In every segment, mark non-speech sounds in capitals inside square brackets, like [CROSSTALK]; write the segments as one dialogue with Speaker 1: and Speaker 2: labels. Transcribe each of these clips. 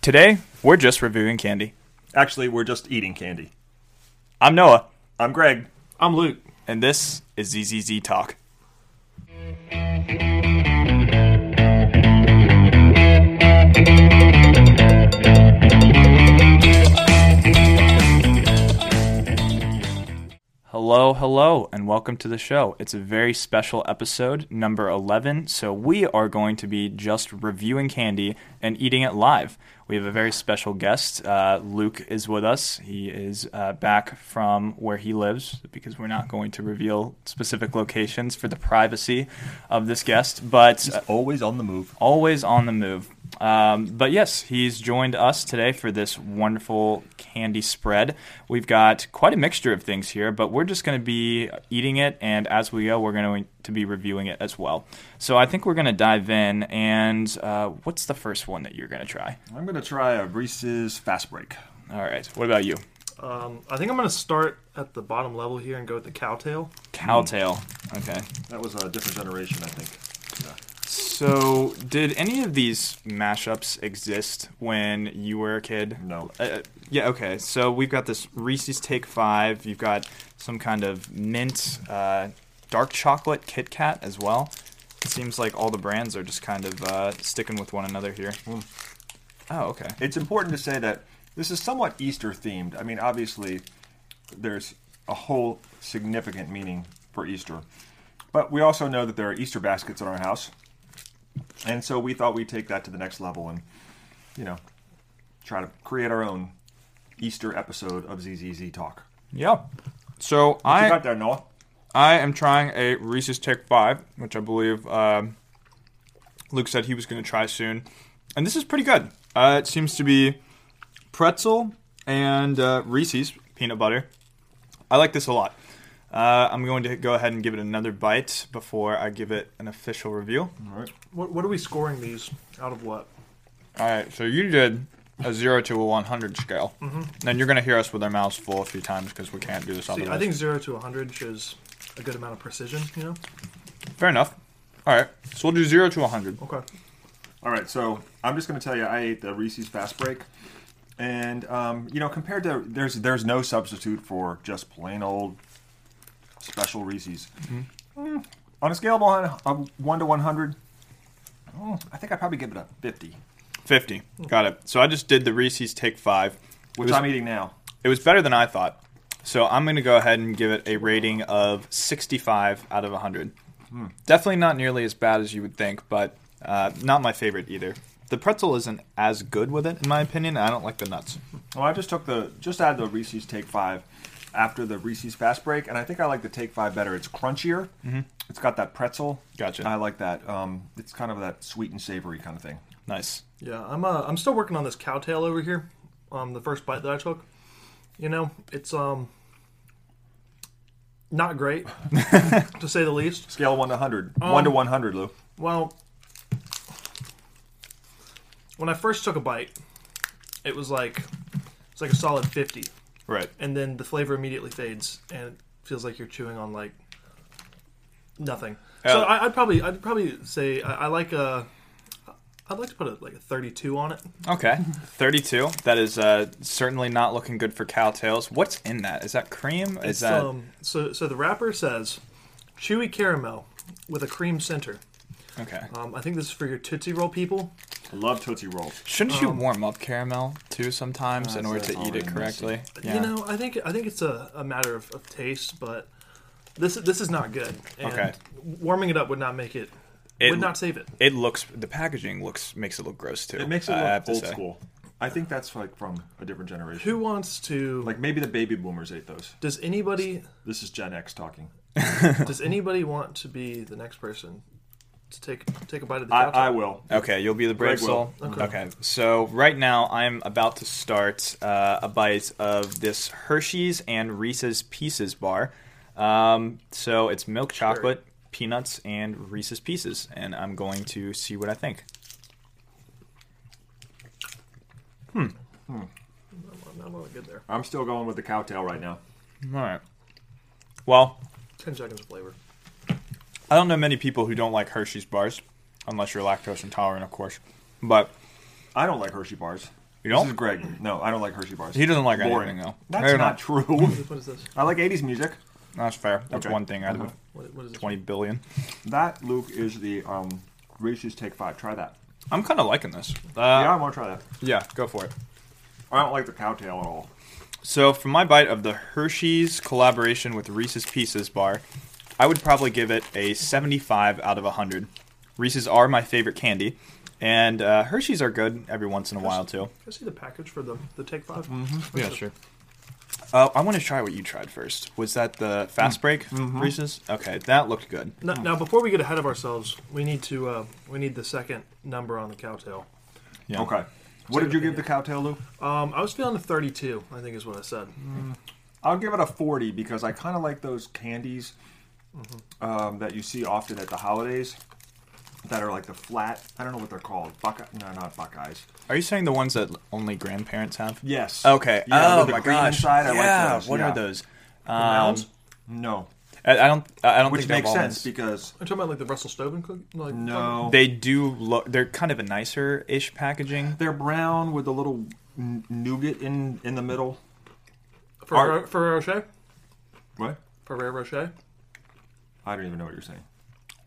Speaker 1: Today, we're just reviewing candy.
Speaker 2: Actually, we're just eating candy.
Speaker 1: I'm Noah,
Speaker 2: I'm Greg.
Speaker 3: I'm Luke.
Speaker 1: and this is ZZZ Talk. Hello, hello, and welcome to the show. It's a very special episode, number 11. So, we are going to be just reviewing candy and eating it live. We have a very special guest. Uh, Luke is with us. He is uh, back from where he lives because we're not going to reveal specific locations for the privacy of this guest, but uh,
Speaker 2: He's always on the move.
Speaker 1: always on the move. Um, but yes, he's joined us today for this wonderful candy spread. We've got quite a mixture of things here, but we're just going to be eating it, and as we go, we're going to be reviewing it as well. So I think we're going to dive in. And uh, what's the first one that you're going to try?
Speaker 2: I'm going to try a Reese's Fast Break.
Speaker 1: All right. What about you?
Speaker 3: Um, I think I'm going to start at the bottom level here and go with the cowtail.
Speaker 1: Cowtail. Okay.
Speaker 2: That was a different generation, I think.
Speaker 1: So, did any of these mashups exist when you were a kid?
Speaker 2: No.
Speaker 1: Uh, yeah, okay. So we've got this Reese's Take Five. You've got some kind of mint, uh, dark chocolate Kit Kat as well. It seems like all the brands are just kind of uh, sticking with one another here. Oh, okay.
Speaker 2: It's important to say that this is somewhat Easter themed. I mean, obviously, there's a whole significant meaning for Easter. But we also know that there are Easter baskets in our house. And so we thought we'd take that to the next level and, you know, try to create our own Easter episode of ZZZ Talk.
Speaker 1: Yeah. So
Speaker 2: What
Speaker 1: I
Speaker 2: you got there, Noah?
Speaker 1: I am trying a Reese's Tech Five, which I believe um, Luke said he was going to try soon, and this is pretty good. Uh, it seems to be pretzel and uh, Reese's peanut butter. I like this a lot. Uh, I'm going to go ahead and give it another bite before I give it an official review.
Speaker 2: All right.
Speaker 3: What, what are we scoring these out of what?
Speaker 1: All right, so you did a zero to a 100 scale, and you're going to hear us with our mouths full a few times because we can't do this.
Speaker 3: Mm-hmm. See,
Speaker 1: otherwise.
Speaker 3: I think 0 to 100 shows a good amount of precision, you know?
Speaker 1: fair enough. All right, so we'll do zero to 100.
Speaker 3: Okay.
Speaker 2: All right, so I'm just going to tell you, I ate the Reese's Fast Break, and um, you know, compared to there's there's no substitute for just plain old special Reese's.
Speaker 1: Mm-hmm.
Speaker 2: Mm, on a scale of one, of one to one hundred, mm, I think I probably give it a fifty,
Speaker 1: 50.
Speaker 3: Hmm.
Speaker 1: Got it. So I just did the Reese's Take Five,
Speaker 2: which
Speaker 1: it was,
Speaker 2: I'm eating now.
Speaker 1: it was better than I thought. So I'm going to go ahead and give it a rating of 65 out of 100.
Speaker 3: Hmm.
Speaker 1: Definitely not nearly as bad as you would think, but uh, not my favorite either. The pretzel isn't as good with it, in my opinion. and I don't like the nuts.
Speaker 2: Well, I just took the just added the Reese's Take Five after the Reese's Fast Break, and I think I like the Take Five better. It's crunchier. It's got that pretzel.
Speaker 1: Mm-hmm. Gotcha.
Speaker 2: I like that. Um, it's kind of that sweet and savory kind of thing.
Speaker 1: Nice.
Speaker 3: Yeah, I'm, uh, I'm still working on this cowtail over here, um, the first bite that I took. You know, it's um not great, to say the least.
Speaker 2: Scale of one to hundred. one to one hundred, Lou.
Speaker 3: Well, when I first took a bite, it was like it's like a solid 50,
Speaker 1: Right.
Speaker 3: and then the flavor immediately fades, and it feels like you're chewing on like nothing. So
Speaker 1: Uh,
Speaker 3: I, I'd probably I'd probably say I, I like a I'd like to put a, like a 32 on it. [LAUGHS]
Speaker 1: Okay. 32. That is uh, certainly not looking good for cowtails. What's in that? Is that cream? Is
Speaker 3: It's,
Speaker 1: that.
Speaker 3: um, so so the wrapper says chewy caramel with a cream center.
Speaker 1: okay.
Speaker 3: Um, I think this is for your Tootsie Roll people.
Speaker 2: I love Tootsie Rolls.
Speaker 1: Shouldn't
Speaker 3: um,
Speaker 1: you warm up caramel too
Speaker 3: uh,
Speaker 1: sometimes in
Speaker 2: so
Speaker 1: order
Speaker 2: it's
Speaker 1: to eat
Speaker 2: already
Speaker 1: it
Speaker 2: messy.
Speaker 1: correctly?
Speaker 3: You know, I think I think it's a, a matter of, of taste, but this this is not good. And
Speaker 1: Okay.
Speaker 3: warming it up would not make it,
Speaker 1: It-
Speaker 3: would not save it.
Speaker 1: It looks the packaging looks makes it look gross too.
Speaker 2: It makes it
Speaker 1: I
Speaker 2: look
Speaker 1: have to
Speaker 2: old
Speaker 1: say.
Speaker 2: school. I think that's like from a different generation.
Speaker 3: Who wants to
Speaker 2: Like maybe the baby boomers ate those.
Speaker 3: does anybody
Speaker 2: This is Gen X talking.
Speaker 3: does anybody want to be the next person to take take a bite of the
Speaker 2: I,
Speaker 3: couch?
Speaker 2: I will.
Speaker 1: Okay, you'll be the brave
Speaker 2: Greg
Speaker 1: soul.
Speaker 2: will.
Speaker 1: Okay. so right now I'm about to start uh, a bite of this Hershey's and Reese's Pieces bar. Um, so it's milk chocolate, peanuts, and Reese's Pieces, and I'm going to see what I think.
Speaker 3: I'm not gonna get there.
Speaker 2: I'm still going with the cowtail right now.
Speaker 1: All right. Well,
Speaker 3: Ten seconds of flavor.
Speaker 1: I don't know many people who don't like Hershey's bars, unless you're lactose intolerant, of course. But
Speaker 2: I don't like Hershey bars.
Speaker 1: You
Speaker 2: This
Speaker 1: don't?
Speaker 2: is Greg. No, I don't like Hershey bars.
Speaker 1: He doesn't like
Speaker 2: Boring.
Speaker 1: anything though.
Speaker 2: That's
Speaker 1: Maybe
Speaker 2: not true. [LAUGHS]
Speaker 3: What is this?
Speaker 2: I like 80s music.
Speaker 1: That's fair. That's
Speaker 2: Okay.
Speaker 1: one thing out of
Speaker 3: What, what is this?
Speaker 1: twenty billion.
Speaker 2: That Luke is the um, Reese's Take Five. Try that.
Speaker 1: I'm kind of liking this. Uh,
Speaker 2: yeah,
Speaker 1: yeah.
Speaker 2: I want to try that.
Speaker 1: go for it.
Speaker 2: I don't like the cow tail at all.
Speaker 1: So for my bite of the Hershey's collaboration with Reese's Pieces bar, I would probably give it a 75 out of 100. Reese's are my favorite candy, and uh, Hershey's are good every once in a while too.
Speaker 3: Can I see the package for the, the Take 5
Speaker 2: Mm-hmm.
Speaker 1: Yeah, sure. Uh, I want to try what you tried first. Was that the fast break Reese's? Okay, that looked good.
Speaker 3: Now, now, before we get ahead of ourselves, we need to uh, we need the second number on the cowtail.
Speaker 1: Yeah.
Speaker 2: Okay. What did you give the cow tail, Luke?
Speaker 3: Um, I was feeling a 32, I think is what I said.
Speaker 2: Um, I'll give it a 40 because I kind of like those candies um, that you see often at the holidays that are like the flat. I don't know what they're called. Buckeye? No, not Buckeyes.
Speaker 1: Are you saying the ones that only grandparents have?
Speaker 2: Yes.
Speaker 1: Okay.
Speaker 2: Yeah,
Speaker 1: oh
Speaker 2: with the
Speaker 1: my
Speaker 2: cream
Speaker 1: gosh.
Speaker 2: Inside, I
Speaker 1: yeah.
Speaker 2: like those.
Speaker 1: What
Speaker 2: yeah.
Speaker 1: are those? Um,
Speaker 3: The mounds?
Speaker 2: No.
Speaker 1: I, I don't. I don't
Speaker 2: Which
Speaker 1: think they're
Speaker 2: makes
Speaker 1: almonds.
Speaker 2: sense because
Speaker 3: I'm talking about like the Russell Stoven cookie? Like,
Speaker 2: no,
Speaker 1: They do look. They're kind of a nicer ish packaging.
Speaker 2: they're brown with a little n- nougat in in the middle.
Speaker 3: For,
Speaker 1: Are-
Speaker 3: Ferrero Rocher?
Speaker 2: What?
Speaker 3: Ferrero Rocher?
Speaker 2: I don't even know what you're saying.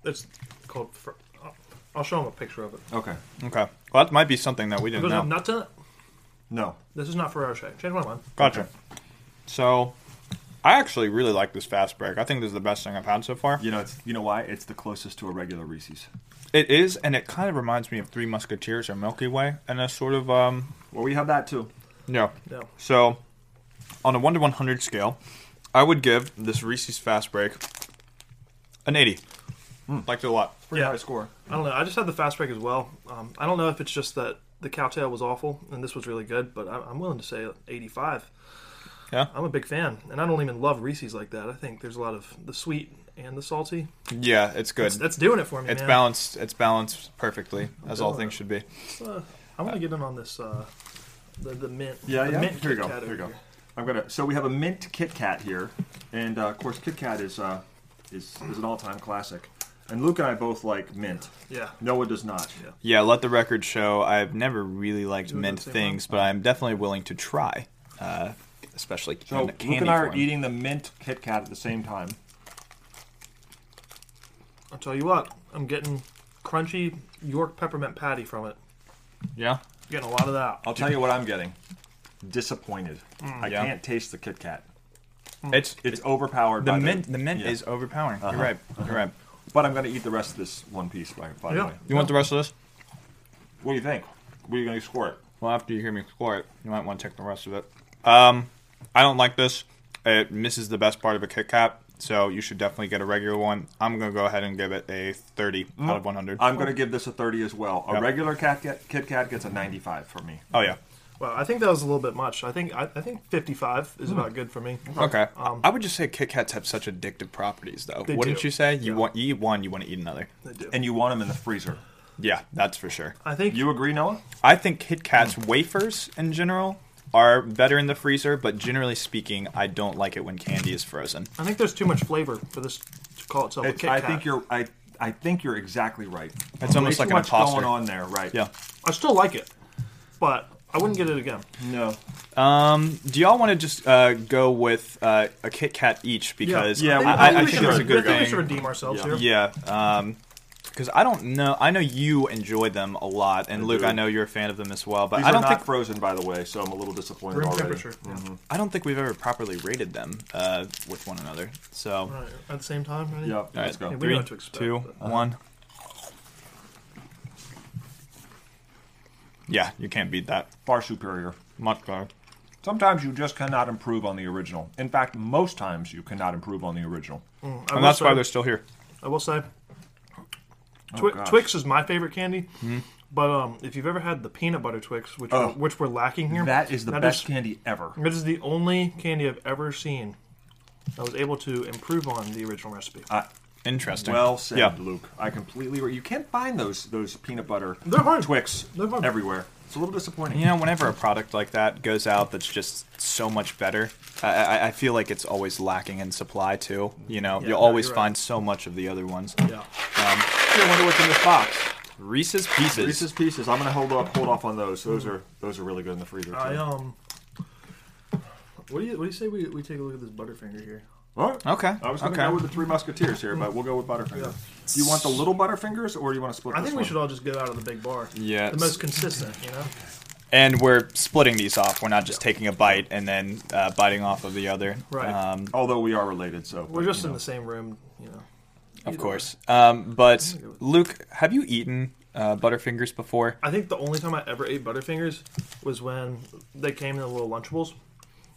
Speaker 3: It's called. Fer- I'll- I'll show them a picture of it.
Speaker 2: Okay.
Speaker 1: Okay. Well, that might be something that we
Speaker 3: It
Speaker 1: didn't
Speaker 3: doesn't have
Speaker 1: know.
Speaker 3: nuts in it.
Speaker 2: No.
Speaker 3: This is not Ferrero Rocher. Change my mind.
Speaker 1: Gotcha. So, I actually really like this fast break. I think this is the best thing I've had so far.
Speaker 2: You know it's you know why? It's the closest to a regular Reese's.
Speaker 1: It is, and it kind of reminds me of Three Musketeers or Milky Way, and a sort of um.
Speaker 2: Well, we have that too.
Speaker 1: Yeah.
Speaker 3: No.
Speaker 1: So, on a one to one hundred scale, I would give this Reese's fast break an eighty.
Speaker 2: Hmm.
Speaker 1: Liked it a lot.
Speaker 2: Pretty
Speaker 3: Yeah.
Speaker 2: high score.
Speaker 3: I don't know. I just had the fast break as well. Um, I don't know if it's just that the cowtail was awful and this was really good, but I, I'm willing to say 85.
Speaker 1: Yeah.
Speaker 3: I'm a big fan, and I don't even love Reese's like that. I think there's a lot of the sweet and the salty.
Speaker 1: Yeah, it's good.
Speaker 3: That's doing it for me.
Speaker 1: It's
Speaker 3: man.
Speaker 1: balanced. It's balanced perfectly, as all
Speaker 3: doing
Speaker 1: things
Speaker 3: it.
Speaker 1: should be.
Speaker 3: Uh, I want to get in on this. Uh, the, the mint.
Speaker 2: Yeah,
Speaker 3: the
Speaker 2: yeah.
Speaker 3: Mint
Speaker 2: here you
Speaker 3: Kit
Speaker 2: go.
Speaker 3: Kat
Speaker 2: Here you
Speaker 3: over
Speaker 2: go. I'm gonna. So we have a mint Kit Kat here, and uh, of course Kit Kat is uh, is is an all-time classic. And Luke and I both like mint.
Speaker 3: Yeah.
Speaker 2: Noah does not.
Speaker 3: Yeah.
Speaker 1: Yeah, let the record show. I've never really liked
Speaker 3: Doing
Speaker 1: mint
Speaker 3: the same
Speaker 1: things, but I'm definitely willing to try, uh, especially
Speaker 2: So
Speaker 1: in a
Speaker 2: Luke
Speaker 1: candy
Speaker 2: and I are
Speaker 1: form.
Speaker 2: eating the mint Kit Kat at the same time.
Speaker 3: I'll tell you what. I'm getting crunchy York peppermint patty from it.
Speaker 1: Yeah,
Speaker 3: Getting a lot of that.
Speaker 2: I'll tell you what I'm getting. Disappointed. I
Speaker 1: Mm. Yeah.
Speaker 2: can't taste the Kit Kat.
Speaker 1: it's
Speaker 2: It's overpowered.
Speaker 1: the
Speaker 2: by
Speaker 1: mint. The mint
Speaker 2: yeah.
Speaker 1: is overpowering.
Speaker 2: Uh-huh.
Speaker 1: You're right. You're right.
Speaker 2: But I'm going to eat the rest of this one piece. By, by the
Speaker 3: Yeah.
Speaker 2: way,
Speaker 1: You want the rest of this?
Speaker 2: what do you think? What are you going to score it?
Speaker 1: Well, after you hear me score it, you might want to take the rest of it. Um, I don't like this. It misses the best part of a Kit Kat, so you should definitely get a regular one. I'm gonna go ahead and give it a 30 out of 100.
Speaker 2: Mm-hmm. I'm going to give this a 30 as well. A
Speaker 1: Yep.
Speaker 2: regular Kat, Kat, Kit Kat gets a 95 for me.
Speaker 1: oh yeah.
Speaker 3: Well, I think that was a little bit much. I think I, I think 55
Speaker 2: Hmm.
Speaker 3: is about good for me. Um,
Speaker 1: Okay.
Speaker 2: Um,
Speaker 1: I would just say Kit Kats have such addictive properties, though.
Speaker 3: They
Speaker 1: Wouldn't
Speaker 3: do.
Speaker 1: you say? You want you eat one, you want to eat another.
Speaker 3: I do.
Speaker 2: And you want them in the freezer.
Speaker 1: Yeah, that's for sure.
Speaker 3: I think
Speaker 2: You agree, Noah?
Speaker 1: I think Kit Kats wafers in general are better in the freezer, but generally speaking, I don't like it when candy is frozen.
Speaker 3: I think there's too much flavor for this to call itself a
Speaker 2: It's,
Speaker 3: Kit
Speaker 2: I
Speaker 3: Kat.
Speaker 2: think you're. I I think you're exactly right.
Speaker 1: It's almost
Speaker 2: Way
Speaker 1: like
Speaker 2: too
Speaker 1: an
Speaker 2: much
Speaker 1: imposter.
Speaker 2: going on there, right?
Speaker 1: Yeah.
Speaker 3: I still like it, but I wouldn't get it again.
Speaker 2: No.
Speaker 1: Um, do y'all want to just uh, go with uh, a Kit Kat each because
Speaker 2: Yeah,
Speaker 3: I think,
Speaker 2: we-
Speaker 1: I, I, I
Speaker 3: we
Speaker 1: think
Speaker 3: should
Speaker 1: that's a
Speaker 3: re- I
Speaker 1: good
Speaker 3: think we should
Speaker 1: thing.
Speaker 3: redeem ourselves
Speaker 2: Yeah.
Speaker 3: here.
Speaker 1: Yeah. Um, because I don't know. I know you enjoy them a lot, and Luke,
Speaker 2: do.
Speaker 1: I know you're a fan of them as well. But
Speaker 2: These
Speaker 1: I don't
Speaker 2: are
Speaker 1: think
Speaker 2: not frozen, by the way, so I'm a little disappointed
Speaker 3: Room
Speaker 2: already.
Speaker 3: temperature.
Speaker 1: I don't think we've ever properly rated them uh, with one another. So,
Speaker 3: All right, at the same time, ready?
Speaker 2: Yeah,
Speaker 1: all
Speaker 2: let's
Speaker 1: right,
Speaker 2: go.
Speaker 3: Yeah, we know
Speaker 1: three,
Speaker 3: what to expect,
Speaker 1: two,
Speaker 3: but- uh,
Speaker 1: one. Yeah, you can't beat that.
Speaker 2: Far superior.
Speaker 1: Much better.
Speaker 2: Sometimes you just cannot improve on the original. In fact, most times you cannot improve on the original.
Speaker 3: Mm, I,
Speaker 1: And
Speaker 3: will
Speaker 1: that's why
Speaker 3: say,
Speaker 1: they're still here.
Speaker 3: I will say,
Speaker 2: Oh,
Speaker 3: Twi-
Speaker 2: gosh.
Speaker 3: Twix is my favorite candy. But um, if you've ever had the peanut butter Twix, which
Speaker 2: Oh.
Speaker 3: we're, which we're lacking here,
Speaker 2: That is the
Speaker 3: that
Speaker 2: best
Speaker 3: is-
Speaker 2: candy ever.
Speaker 3: That is the only candy I've ever seen that was able to improve on the original recipe.
Speaker 1: Interesting.
Speaker 2: Well said,
Speaker 1: Yeah.
Speaker 2: Luke. I completely. re- You can't find those those peanut butter
Speaker 3: They're hard.
Speaker 2: Twix
Speaker 3: They're hard.
Speaker 2: everywhere. It's a little disappointing.
Speaker 1: You know, whenever a product like that goes out, that's just so much better. I, I, I feel like it's always lacking in supply too. You know,
Speaker 3: no,
Speaker 1: you always
Speaker 3: you're right.
Speaker 1: find so much of the other ones.
Speaker 3: yeah.
Speaker 2: I wonder what's in this box.
Speaker 1: Reese's Pieces.
Speaker 2: Reese's Pieces. I'm gonna hold up, hold off on those. Those are those are really good in the freezer. Too.
Speaker 3: I um. What do you what do you say we, we take a look at this Butterfinger here?
Speaker 2: All right.
Speaker 1: Okay.
Speaker 2: I was gonna
Speaker 1: okay.
Speaker 2: go with the Three Musketeers here, but we'll go with Butterfinger. Do you want the little Butterfingers, or do you want to split?
Speaker 3: I
Speaker 2: this
Speaker 3: think we
Speaker 2: one?
Speaker 3: should all just go out of the big bar.
Speaker 1: Yeah.
Speaker 3: The most consistent, you know.
Speaker 1: and we're splitting these off. We're not just taking a bite and then uh, biting off of the other.
Speaker 3: Right.
Speaker 1: Um,
Speaker 2: Although we are related, so
Speaker 3: We're
Speaker 2: but,
Speaker 3: just
Speaker 2: you
Speaker 3: in
Speaker 2: know.
Speaker 3: the same room, you know.
Speaker 1: of
Speaker 3: Either
Speaker 1: course. Um, but
Speaker 3: go with-
Speaker 1: Luke, have you eaten uh, Butterfingers before?
Speaker 3: I think the only time I ever ate Butterfingers was when they came in the little Lunchables.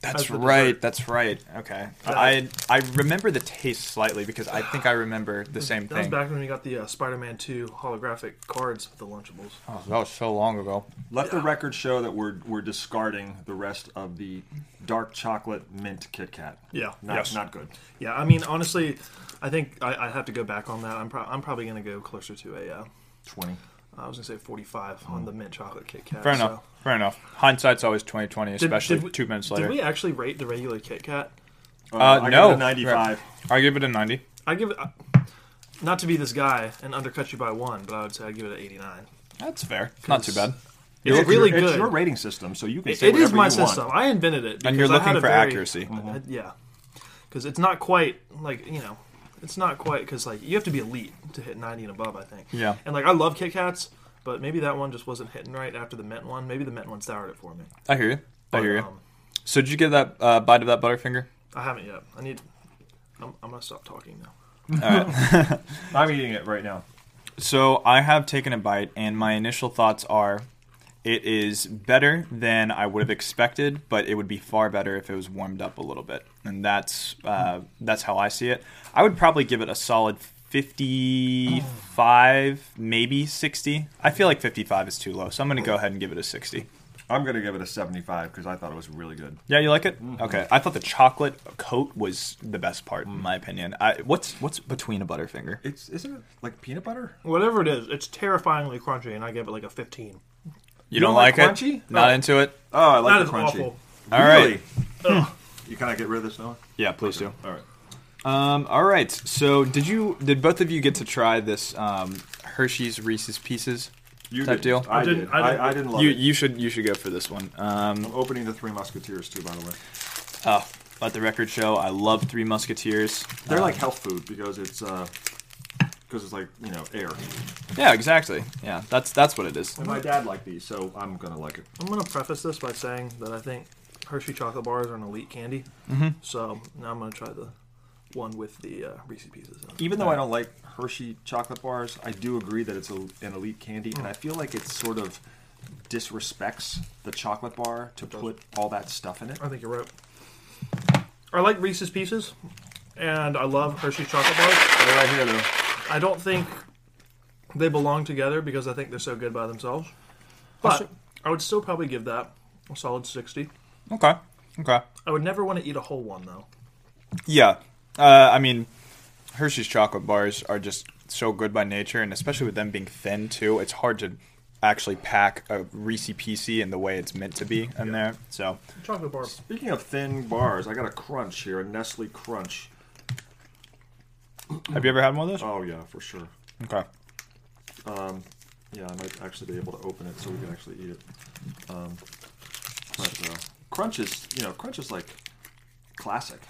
Speaker 1: That's
Speaker 3: As the
Speaker 1: right.
Speaker 3: dessert.
Speaker 1: That's right. Okay.
Speaker 3: Uh,
Speaker 1: I I remember the taste slightly because I think I remember the same
Speaker 3: That was
Speaker 1: thing.
Speaker 3: back when we got the uh, Spider-Man 2 holographic cards with the Lunchables.
Speaker 1: Oh, that was so long ago.
Speaker 2: Let the record show that we're we're discarding the rest of the dark chocolate mint Kit Kat.
Speaker 3: Yeah.
Speaker 2: Not,
Speaker 1: Yes.
Speaker 2: not good.
Speaker 3: Yeah, I mean, honestly, I think I, I have to go back on that. I'm, pro- I'm probably going to go closer to a, uh,
Speaker 2: Twenty.
Speaker 3: I was going to say 45 on the mint chocolate Kit Kat.
Speaker 1: Fair
Speaker 3: so-
Speaker 1: enough. Fair enough. Hindsight's always twenty twenty,
Speaker 3: Did-
Speaker 1: especially
Speaker 3: did we-
Speaker 1: two minutes later.
Speaker 3: Did we actually rate the regular Kit Kat?
Speaker 1: Uh,
Speaker 2: I
Speaker 1: no.
Speaker 2: give it a Ninety-five.
Speaker 1: I give it a ninety.
Speaker 3: I give it, I- not to be this guy and undercut you by one, but I would say I'd give it an 89.
Speaker 1: That's fair. Not too bad.
Speaker 3: It's
Speaker 2: It's
Speaker 3: really
Speaker 2: your, It's
Speaker 3: good.
Speaker 2: your rating system, so you can.
Speaker 3: It-
Speaker 2: say
Speaker 3: it is
Speaker 2: whatever you
Speaker 3: my
Speaker 2: want. Mm-hmm.
Speaker 3: system. I invented it.
Speaker 1: And you're
Speaker 3: because I had
Speaker 1: looking
Speaker 3: a
Speaker 1: for
Speaker 3: very-
Speaker 1: accuracy.
Speaker 3: I- yeah, because it's not quite like you know, it's not quite because like you have to be elite to hit 90 and above. I think.
Speaker 1: Yeah.
Speaker 3: And like I love Kit Kats, but maybe that one just wasn't hitting right after the mint one. Maybe the mint one soured it for me.
Speaker 1: I hear you. I
Speaker 3: But,
Speaker 1: hear you.
Speaker 3: um,
Speaker 1: So did you get that uh, bite of that Butterfinger?
Speaker 3: I haven't yet. I need. I'm, I'm gonna stop talking now.
Speaker 2: I'm eating it right now.
Speaker 1: So I have taken a bite, and my initial thoughts are, it is better than I would have expected, but it would be far better if it was warmed up a little bit, and that's uh, that's how I see it. I would probably give it a solid fifty-five, maybe sixty. I feel like fifty-five is too low, so I'm going to go ahead and give it a sixty.
Speaker 2: I'm gonna give it a 75 because I thought it was really good.
Speaker 1: Yeah, you like it?
Speaker 2: Mm-hmm.
Speaker 1: Okay. I thought the chocolate coat was the best part, in my opinion. I, what's what's between a Butterfinger?
Speaker 2: It's isn't it like peanut butter?
Speaker 3: Whatever it is, it's terrifyingly crunchy, and I give it like a 15.
Speaker 1: You,
Speaker 2: don't like crunchy?
Speaker 1: it? Not
Speaker 3: No.
Speaker 1: into it?
Speaker 2: Oh, I like
Speaker 3: That
Speaker 2: the
Speaker 3: is
Speaker 2: crunchy.
Speaker 3: awful.
Speaker 1: All right.
Speaker 2: You kind of get rid of this now.
Speaker 1: Yeah, please do.
Speaker 2: All right.
Speaker 1: Um, all right. So, did you did both of you get to try this um, Hershey's Reese's Pieces
Speaker 2: You
Speaker 1: type
Speaker 2: did.
Speaker 1: deal?
Speaker 2: I,
Speaker 3: I
Speaker 2: didn't.
Speaker 3: didn't- I didn't-
Speaker 2: I, I didn't love
Speaker 1: you
Speaker 2: it.
Speaker 1: you should you should go for this one. Um,
Speaker 2: I'm opening the Three Musketeers too, by the way.
Speaker 1: oh, let the record show. I love Three Musketeers.
Speaker 2: They're
Speaker 1: Um,
Speaker 2: like health food because it's uh because it's like you know air.
Speaker 1: yeah, exactly. Yeah, that's that's what it is.
Speaker 2: And my dad liked these, so I'm gonna like it.
Speaker 3: I'm gonna preface this by saying that I think Hershey chocolate bars are an elite candy.
Speaker 2: Mm-hmm.
Speaker 3: So now I'm gonna try the one with the uh, Reese's Pieces. In it.
Speaker 2: Even though I don't like Hershey chocolate bars, I do agree that it's a, an elite candy, and I feel like it sort of disrespects the chocolate bar to put all that stuff in it.
Speaker 3: I think you're right. I like Reese's Pieces, and I love Hershey chocolate bars.
Speaker 2: They're right here though.
Speaker 3: I don't think they belong together because I think they're so good by themselves. But I would still probably give that a solid 60.
Speaker 1: Okay. Okay.
Speaker 3: I would never want to eat a whole one though.
Speaker 1: Yeah. Uh, I mean, Hershey's chocolate bars are just so good by nature, and especially with them being thin too, it's hard to actually pack a Reese PC in the way it's meant to be in there. So,
Speaker 3: Chocolate bar.
Speaker 2: Speaking of thin bars, I got a crunch here, a Nestle crunch.
Speaker 1: have you ever had one of those?
Speaker 2: Oh yeah, for sure.
Speaker 1: Okay.
Speaker 2: Yeah, I might actually be able to open it so we can actually eat it. Um, but uh, crunch is, you know, crunch is like classic.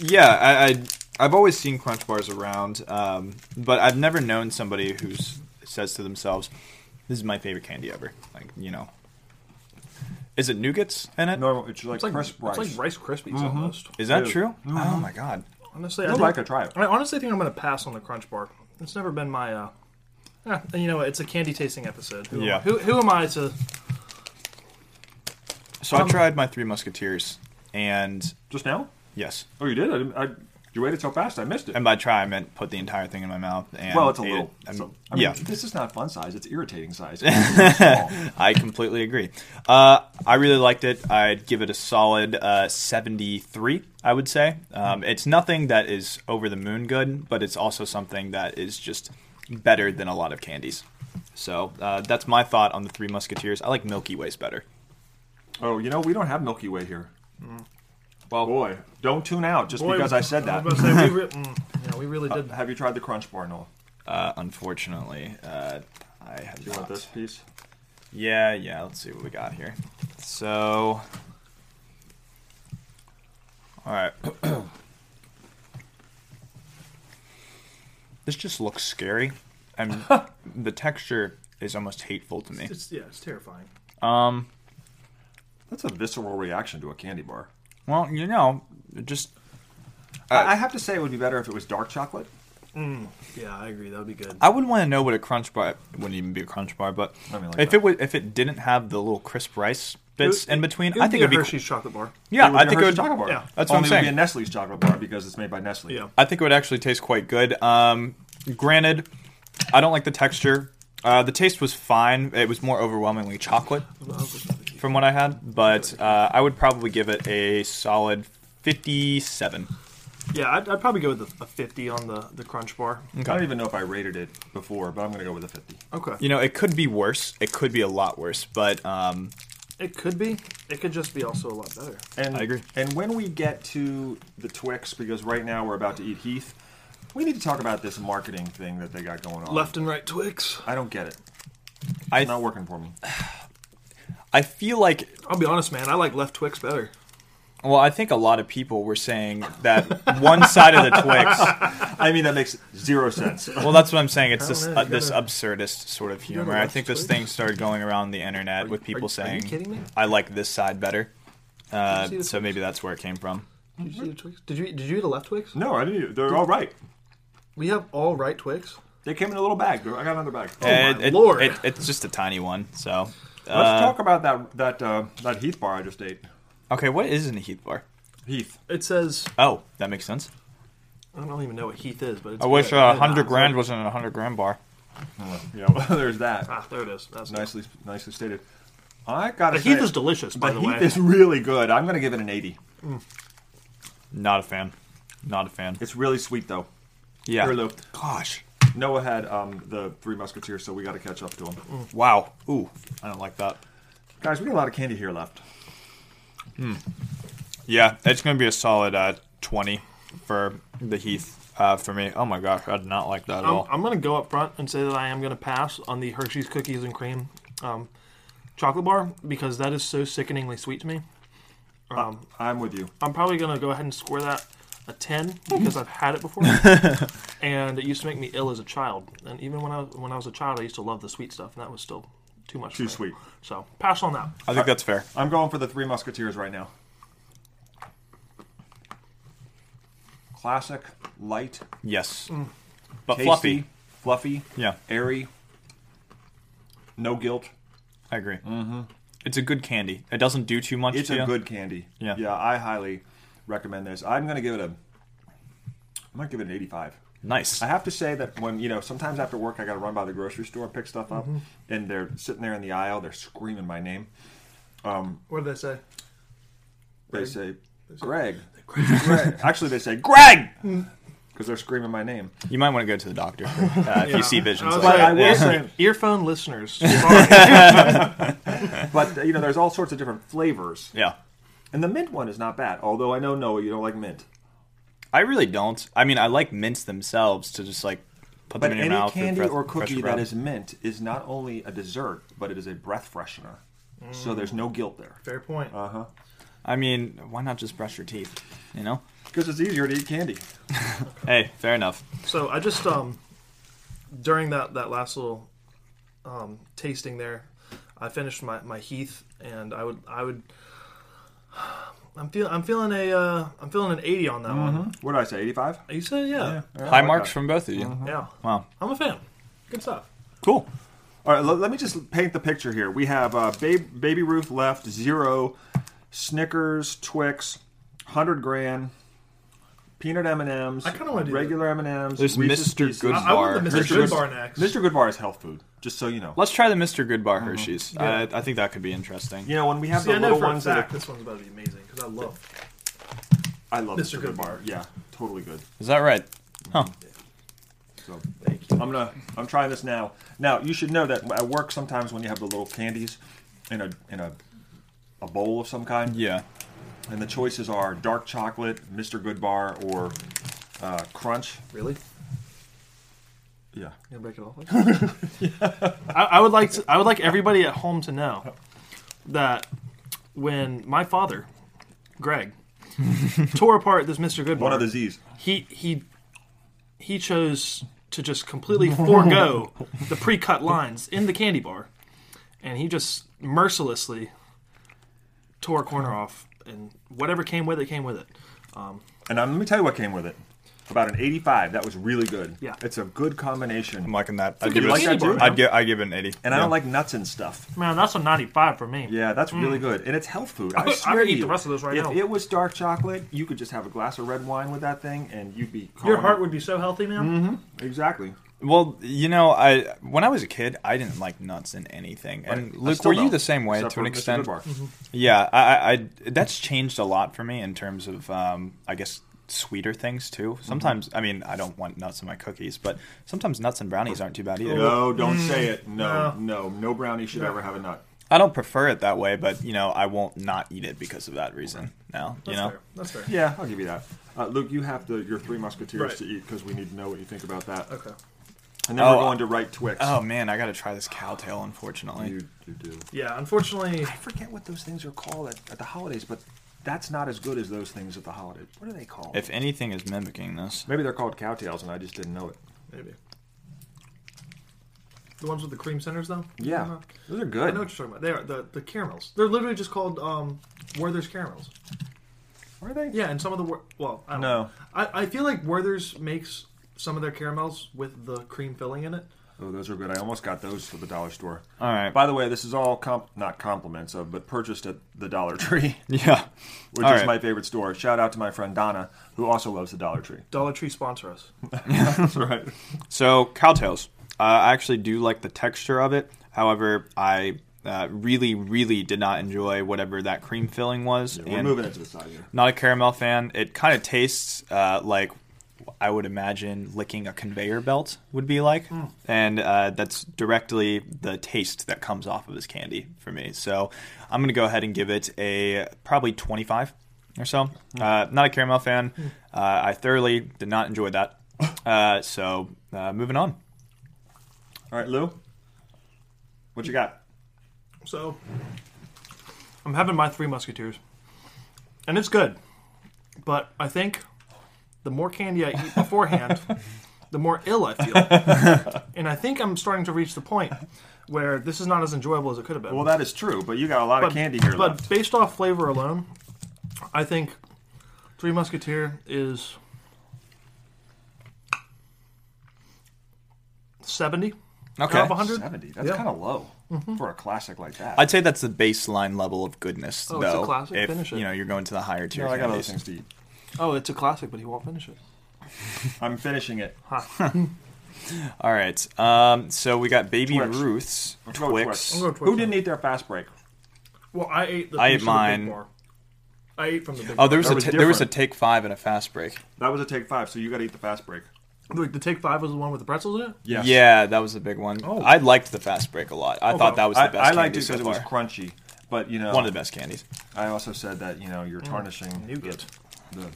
Speaker 1: Yeah, I, I I've always seen Crunch bars around, um, but I've never known somebody who says to themselves, "This is my favorite candy ever." Like you know, is it nougats in it? Is
Speaker 2: Normal, it's like,
Speaker 3: It's like,
Speaker 2: crisp rice. Mm-hmm.
Speaker 3: it's like Rice Krispies almost.
Speaker 1: that
Speaker 2: Dude.
Speaker 1: true? Oh my god.
Speaker 3: Honestly,
Speaker 2: You'll
Speaker 3: I
Speaker 2: like
Speaker 3: think,
Speaker 2: it, try it.
Speaker 3: I honestly think I'm going to pass on the Crunch Bar. It's never been my. uh eh, and you know what? It's a candy tasting episode. Who
Speaker 1: Yeah.
Speaker 3: Am I, who, who am I to?
Speaker 1: So I tried my Three Musketeers, and
Speaker 2: Just now?
Speaker 1: yes,
Speaker 2: Oh, you did? I, didn't- I, you waited so fast, I missed it.
Speaker 1: and by try I meant put the entire thing in my mouth. And
Speaker 2: well, it's a
Speaker 1: ate it.
Speaker 2: little.
Speaker 1: I
Speaker 2: it's a-
Speaker 1: mean,
Speaker 2: I mean,
Speaker 1: yeah,
Speaker 2: This is not fun size. It's irritating
Speaker 3: [LAUGHS]
Speaker 2: size. It's really small.
Speaker 1: [LAUGHS] I completely agree. Uh, I really liked it. I'd give it a solid uh, 73, I would say. Um, it's nothing that is over the moon good, but it's also something that is just better than a lot of candies. So uh, that's my thought on the Three Musketeers. I like Milky Ways better.
Speaker 2: oh, you know, we don't have Milky Way here.
Speaker 3: Mm.
Speaker 1: Well,
Speaker 2: Boy, don't tune out just because I said that.
Speaker 3: was about to
Speaker 1: [LAUGHS]
Speaker 3: say, we re- mm, yeah, we really did.
Speaker 2: Have you tried the Crunch Bar, Noel?
Speaker 1: uh, unfortunately, uh, I have
Speaker 2: Do you want this piece?
Speaker 1: Yeah, yeah. Let's see what we got here. So, all right. this just looks scary, and
Speaker 2: [LAUGHS]
Speaker 1: the texture is almost hateful to me.
Speaker 3: It's, yeah, it's terrifying.
Speaker 1: Um,
Speaker 2: That's a visceral reaction to a candy bar.
Speaker 1: well, you know, it just Uh,
Speaker 2: I, I have to say, it would be better if it was dark chocolate.
Speaker 3: Yeah, I agree. That would be good.
Speaker 1: I would want to know what a crunch bar it wouldn't even be a crunch bar, but
Speaker 2: I mean, like
Speaker 1: if
Speaker 2: that.
Speaker 1: it would, if it didn't have the little crisp rice bits in between, I think
Speaker 3: a
Speaker 1: it'd be.
Speaker 3: Hershey's chocolate bar.
Speaker 1: Yeah,
Speaker 2: would
Speaker 1: I
Speaker 2: be a
Speaker 1: think it
Speaker 2: Hershey's
Speaker 1: would.
Speaker 2: Chocolate bar.
Speaker 3: yeah.
Speaker 1: That's what I'm
Speaker 2: Only It would
Speaker 1: saying.
Speaker 2: be a Nestle's chocolate bar because it's made by Nestle.
Speaker 3: Yeah.
Speaker 1: I think it would actually taste quite good. Um, granted, I don't like the texture. Uh, the taste was fine. It was more overwhelmingly chocolate from what I had, but uh, I would probably give it a solid 57.
Speaker 3: Yeah, I'd, I'd probably go with a, a 50 on the, the crunch bar.
Speaker 2: I don't even know if I rated it before, but I'm going to go with a 50.
Speaker 3: Mm. Okay.
Speaker 1: You know, it could be worse. It could be a lot worse, but um,
Speaker 3: It could be. It could just be also a lot better.
Speaker 2: And,
Speaker 1: I agree.
Speaker 2: And when we get to the Twix, because right now we're about to eat Heath, we need to talk about this marketing thing that they got going on.
Speaker 3: Left and right Twix.
Speaker 2: I don't get it.
Speaker 1: I
Speaker 2: It's not working for me.
Speaker 1: I feel like
Speaker 3: I'll be honest, man. I like left Twix better.
Speaker 1: well, I think a lot of people were saying that one side of the Twix.
Speaker 2: I mean, that makes
Speaker 1: [LAUGHS]
Speaker 2: zero sense.
Speaker 1: Well, that's what I'm saying. It's this
Speaker 3: know,
Speaker 1: uh,
Speaker 3: you
Speaker 1: this
Speaker 3: gotta-
Speaker 1: absurdist sort of
Speaker 3: gotta
Speaker 1: humor. I
Speaker 3: watch
Speaker 1: think this
Speaker 3: Twix.
Speaker 1: thing started going around the internet with people
Speaker 3: are,
Speaker 1: saying,
Speaker 3: Are you kidding me?
Speaker 1: I like this side better. Uh,
Speaker 3: see the
Speaker 1: so maybe that's where it came from.
Speaker 3: Did
Speaker 1: Mm-hmm.
Speaker 3: you see the Twix? Did you did you eat a left Twix?
Speaker 2: no, I didn't. They're all right.
Speaker 3: We have all right Twix.
Speaker 2: They came in a little bag. I got another bag. Oh,
Speaker 1: And
Speaker 3: Oh my lord.
Speaker 1: It, it's just a tiny one. So,
Speaker 2: Let's
Speaker 1: uh,
Speaker 2: talk about that that uh, that Heath bar I just ate.
Speaker 1: okay, what is in a Heath bar?
Speaker 2: Heath. [LAUGHS]
Speaker 3: It says
Speaker 1: Oh, that makes sense.
Speaker 3: I don't even know what Heath is, but it's
Speaker 1: I wish
Speaker 3: good.
Speaker 1: a
Speaker 3: Good.
Speaker 1: hundred grand wasn't a hundred grand bar.
Speaker 2: Yeah, well, [LAUGHS] there's that.
Speaker 3: Ah, there it is. That's nice.
Speaker 2: Nicely nicely stated. I got to
Speaker 3: The
Speaker 2: say,
Speaker 3: Heath is delicious, by
Speaker 2: the
Speaker 3: the,
Speaker 2: Heath
Speaker 3: way.
Speaker 2: is really good. I'm going to give it an 80.
Speaker 1: Not a fan. Not a fan.
Speaker 2: It's really sweet though.
Speaker 1: Yeah.
Speaker 2: Here, Lou.
Speaker 1: Gosh.
Speaker 2: Noah had um, the Three Musketeers, so we got to catch up to him.
Speaker 1: Wow. Ooh, I don't like that.
Speaker 2: Guys, we got a lot of candy here left.
Speaker 1: Yeah, it's gonna be a solid uh, twenty for the Heath uh, for me. Oh my gosh, I did not like that at
Speaker 3: I'm,
Speaker 1: all.
Speaker 3: I'm going to go up front and say that I am going to pass on the Hershey's cookies and cream um, chocolate bar because that is so sickeningly sweet to me. Um,
Speaker 2: I'm with you.
Speaker 3: I'm probably going to go ahead and score that a 10 because I've had it before.
Speaker 1: [LAUGHS]
Speaker 3: and it used to make me ill as a child. And even when I, when I was a child, I used to love the sweet stuff, and that was still too much.
Speaker 2: Too
Speaker 3: for me.
Speaker 2: sweet.
Speaker 3: So pass on that.
Speaker 1: I think that's fair.
Speaker 2: I'm going for the Three Musketeers right now. Classic, light,
Speaker 1: Yes, but
Speaker 2: tasty,
Speaker 1: fluffy.
Speaker 2: fluffy,
Speaker 1: Yeah,
Speaker 2: airy, no guilt.
Speaker 1: I agree. Mm-hmm. It's a good candy. It doesn't do too much.
Speaker 2: It's
Speaker 1: to you.
Speaker 2: a good candy.
Speaker 1: Yeah.
Speaker 2: yeah, I highly recommend this. I'm going to give it a. I'm going to give it an 85.
Speaker 1: Nice.
Speaker 2: I have to say that when you know, sometimes after work, I got to run by the grocery store and pick stuff up,
Speaker 1: Mm-hmm.
Speaker 2: and they're sitting there in the aisle, they're screaming my name.
Speaker 3: What did I say?
Speaker 2: They say,
Speaker 1: [LAUGHS]
Speaker 2: Greg. Greg. [LAUGHS] Actually, they say, Greg! Because they're screaming my name.
Speaker 1: You might want to go to the doctor uh, if you see visions.
Speaker 3: I was
Speaker 1: Like,
Speaker 2: But I
Speaker 1: that.
Speaker 2: will say,
Speaker 3: Earphone
Speaker 1: [LAUGHS]
Speaker 3: listeners. sorry.
Speaker 2: but you know, there's all sorts of different flavors.
Speaker 1: yeah,
Speaker 2: And the mint one is not bad, although I know, Noah, you don't like mint.
Speaker 1: I really don't. I mean, I like mints themselves to just like put
Speaker 2: But
Speaker 1: them in
Speaker 2: any
Speaker 1: your mouth. for
Speaker 2: candy
Speaker 1: breath-
Speaker 2: or
Speaker 1: fresh
Speaker 2: cookie
Speaker 1: breath.
Speaker 2: that is mint is not only a dessert, but it is a breath freshener. So
Speaker 1: Mm.
Speaker 2: there's no guilt there.
Speaker 3: Fair point.
Speaker 2: Uh huh.
Speaker 1: I mean, why not just brush your teeth? You know.
Speaker 2: Because it's easier to eat candy.
Speaker 1: Hey, fair enough.
Speaker 3: So I just um during that that last little um tasting there, I finished my my Heath and I would I would I'm feel I'm feeling a uh, I'm feeling an 80 on that one.
Speaker 2: What did I say, 85?
Speaker 3: You said yeah.
Speaker 1: High marks from both of you.
Speaker 3: Yeah.
Speaker 2: Uh-huh.
Speaker 1: Wow.
Speaker 3: I'm a fan. Good stuff.
Speaker 1: Cool.
Speaker 2: All right, let, let me just paint the picture here. We have uh, Babe, Baby Ruth left, zero, Snickers, Twix, hundred grand, peanut M and M's,
Speaker 3: I kinda wanna do
Speaker 2: regular M and M's.
Speaker 1: There's Mr. Good
Speaker 3: I- I want the
Speaker 1: Bar.
Speaker 3: Mr.
Speaker 2: Goodbar
Speaker 3: Good Bar next.
Speaker 2: Mr. Goodbar is health food, just so you know.
Speaker 1: Let's try the Mr. Goodbar Hershey's.
Speaker 3: Mm-hmm. Yeah.
Speaker 1: I, I think that could be interesting.
Speaker 2: You know when we have
Speaker 3: See, I
Speaker 2: the
Speaker 3: know
Speaker 2: little
Speaker 3: for a
Speaker 2: ones that
Speaker 3: fact
Speaker 2: are,
Speaker 3: this one's about to be amazing because I love
Speaker 2: I love
Speaker 3: Mr.
Speaker 2: Mr.
Speaker 3: Good
Speaker 2: Goodbar.
Speaker 3: Bar.
Speaker 2: Yeah, totally good.
Speaker 1: Is that right? Huh.
Speaker 2: So
Speaker 3: Thank you.
Speaker 2: I'm gonna I'm trying this now. Now you should know that at work sometimes when you have the little candies in a in a a bowl of some kind,
Speaker 1: Yeah.
Speaker 2: and the choices are dark chocolate, Mr. Goodbar, or uh, crunch.
Speaker 3: Really?
Speaker 2: Yeah.
Speaker 3: You gonna break it off?
Speaker 2: [LAUGHS]
Speaker 3: [LAUGHS] I, I would like to, I would like everybody at home to know that when my father,
Speaker 2: [LAUGHS]
Speaker 3: Greg, tore apart this Mr. Goodbar,
Speaker 2: One of the Z's.
Speaker 3: he he he chose to just completely forego the pre-cut lines in the candy bar, and he just mercilessly tore a corner off, and whatever came with it came with it.
Speaker 2: And um, let me tell you what came with it. About an 85. That was really good.
Speaker 3: Yeah.
Speaker 2: It's a good combination.
Speaker 1: I'm liking that. I'd
Speaker 3: good
Speaker 1: give, it,
Speaker 2: candy bar,
Speaker 1: I'd
Speaker 2: huh?
Speaker 1: give, I'd give it an 80.
Speaker 2: And I don't like nuts and stuff.
Speaker 3: Man, that's a ninety-five for me.
Speaker 2: Yeah, that's really good, and it's health food. I
Speaker 3: I'm
Speaker 2: swear
Speaker 3: gonna
Speaker 2: to
Speaker 3: eat
Speaker 2: you,
Speaker 3: the rest of those right
Speaker 2: if
Speaker 3: now.
Speaker 2: it was dark chocolate, you could just have a glass of red wine with that thing, and you'd be
Speaker 3: Your
Speaker 2: calling
Speaker 3: heart
Speaker 2: it-
Speaker 3: would be so healthy, man.
Speaker 2: Mm-hmm. exactly.
Speaker 1: Well, you know, I when I was a kid, I didn't like nuts in anything. And
Speaker 2: Right. I
Speaker 1: Luke,
Speaker 2: still
Speaker 1: were you
Speaker 2: don't,
Speaker 1: the same way
Speaker 2: except
Speaker 1: to an
Speaker 2: for Mr.
Speaker 1: extent?
Speaker 2: Goodbar.
Speaker 1: Yeah, I, I, I that's changed a lot for me in terms of um, I guess sweeter things too.
Speaker 2: Mm-hmm.
Speaker 1: Sometimes I mean I don't want nuts in my cookies, but sometimes nuts and brownies aren't too bad either.
Speaker 2: No, don't say it. Mm. No,
Speaker 3: No.
Speaker 2: no, no brownie should ever have a nut.
Speaker 1: I don't prefer it that way, but you know I won't not eat it because of that reason. Now you
Speaker 3: That's
Speaker 1: know
Speaker 3: fair. That's fair.
Speaker 2: Yeah, I'll give you that. Uh, Luke, you have the, your three musketeers
Speaker 3: Right.
Speaker 2: to eat because we need to know what you think about that.
Speaker 3: Okay.
Speaker 2: And then
Speaker 1: Oh,
Speaker 2: we're going to right Twix.
Speaker 1: Oh man, I gotta try this cowtail. Unfortunately,
Speaker 2: you, you do.
Speaker 3: Yeah. Unfortunately,
Speaker 2: I forget what those things are called at, at the holidays, but that's not as good as those things at the holidays. What are they called?
Speaker 1: if anything is mimicking this, [LAUGHS]
Speaker 2: Maybe they're called cowtails, and I just didn't know it.
Speaker 3: maybe the ones with the cream centers, though.
Speaker 2: Yeah, those are
Speaker 3: I
Speaker 2: good.
Speaker 3: know what you're talking about. They are the, the caramels. They're literally just called um, Werther's caramels.
Speaker 2: Are they?
Speaker 3: Yeah, and some of the Wer- well, I don't
Speaker 2: No.
Speaker 3: I, I feel like Werther's makes some of their caramels with the cream filling in it.
Speaker 2: Oh, those are good. I almost got those for the dollar store.
Speaker 1: all right,
Speaker 2: By the way, this is all comp- not compliments of, but purchased at the Dollar [LAUGHS] Tree,
Speaker 1: yeah,
Speaker 2: which
Speaker 1: All
Speaker 2: is
Speaker 1: right.
Speaker 2: my favorite store. Shout out to my friend Donna, who also loves the Dollar Tree.
Speaker 3: Dollar Tree sponsor us.
Speaker 2: [LAUGHS] That's right.
Speaker 1: So cowtails, uh, I actually do like the texture of it. However, I uh, really, really did not enjoy whatever that cream filling was.
Speaker 2: We're
Speaker 1: and
Speaker 2: moving it to the side here.
Speaker 1: Not a caramel fan. It kind of tastes uh, like I would imagine licking a conveyor belt would be like,
Speaker 3: Hmm.
Speaker 1: and uh, that's directly the taste that comes off of this candy for me. So I'm gonna go ahead and give it a probably 25 or so.
Speaker 3: Hmm.
Speaker 1: Uh, not a caramel fan. Uh, I thoroughly did not enjoy
Speaker 3: [LAUGHS]
Speaker 1: that. Uh, so uh, moving on.
Speaker 2: All right, Lou, what you got?
Speaker 3: So I'm having my three musketeers. And it's good. But I think the more candy I
Speaker 2: [LAUGHS]
Speaker 3: eat beforehand, the more ill I feel. and I think I'm starting to reach the point where this is not as enjoyable as it could have been.
Speaker 2: Well, that is true, but you got a lot of candy here
Speaker 3: but
Speaker 2: left.
Speaker 3: based off flavor alone, I think Three Musketeer is 70
Speaker 1: Okay.
Speaker 3: out of 100.
Speaker 2: Seventy. That's
Speaker 3: Yeah.
Speaker 2: kind of low for a classic like that.
Speaker 1: I'd say that's the baseline level of goodness,
Speaker 3: Oh,
Speaker 1: though.
Speaker 3: it's a classic.
Speaker 1: If
Speaker 3: Finish it.
Speaker 1: you know you're going to the higher tier,
Speaker 2: No, I got other
Speaker 1: candies.
Speaker 2: things to eat.
Speaker 3: Oh, it's a classic, but he won't finish it.
Speaker 2: I'm finishing it.
Speaker 1: All right. Um, so we got Baby
Speaker 2: Twix.
Speaker 1: Ruth's
Speaker 2: Let's go with
Speaker 1: Twix.
Speaker 3: I'm going Twix
Speaker 2: Who didn't eat their fast break?
Speaker 3: Well, I ate the
Speaker 1: I ate
Speaker 3: piece from the big
Speaker 1: mine.
Speaker 3: bar. I ate from the big
Speaker 1: Oh, there was
Speaker 2: That
Speaker 1: a
Speaker 2: was
Speaker 1: t- there was a
Speaker 2: different.
Speaker 1: take five and a fast break.
Speaker 2: That was a take five, so you got to eat the fast break.
Speaker 3: bar. Wait, the take five was the one with the pretzels in it?
Speaker 2: Yes.
Speaker 1: Yeah, that was a big one.
Speaker 2: Oh.
Speaker 1: I liked the fast break a lot. I thought that was the
Speaker 2: I,
Speaker 1: best.
Speaker 2: I liked
Speaker 1: candy
Speaker 2: it because
Speaker 1: so
Speaker 2: it was
Speaker 1: far.
Speaker 2: crunchy, but you know,
Speaker 1: one of the best candies.
Speaker 2: I also said that Mm. you know you're tarnishing
Speaker 3: nougat.
Speaker 2: the, the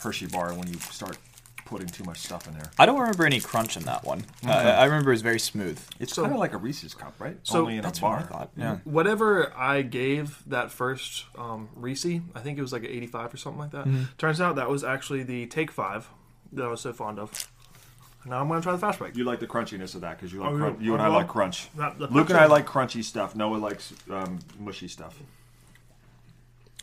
Speaker 2: Hershey bar when you start putting too much stuff in there.
Speaker 1: I don't remember any crunch in that one. Uh, I remember it was very smooth.
Speaker 2: It's
Speaker 3: So-
Speaker 2: kind of like a Reese's cup, right?
Speaker 3: So
Speaker 2: Only in
Speaker 1: That's
Speaker 2: a
Speaker 1: what
Speaker 2: bar.
Speaker 1: I thought. Yeah.
Speaker 3: Whatever I gave that first um, Reese, I think it was like an 85 or something like that.
Speaker 1: Mm-hmm.
Speaker 3: Turns out that was actually the take five that I was so fond of. Now I'm going to try the fast break.
Speaker 2: You like the crunchiness of that because you like
Speaker 3: Oh, yeah.
Speaker 2: crun- you and
Speaker 3: I
Speaker 2: I
Speaker 3: love
Speaker 2: like crunch.
Speaker 3: that- the
Speaker 2: Luke and I
Speaker 3: crunchiness.
Speaker 2: like crunchy stuff. Noah likes um, mushy stuff.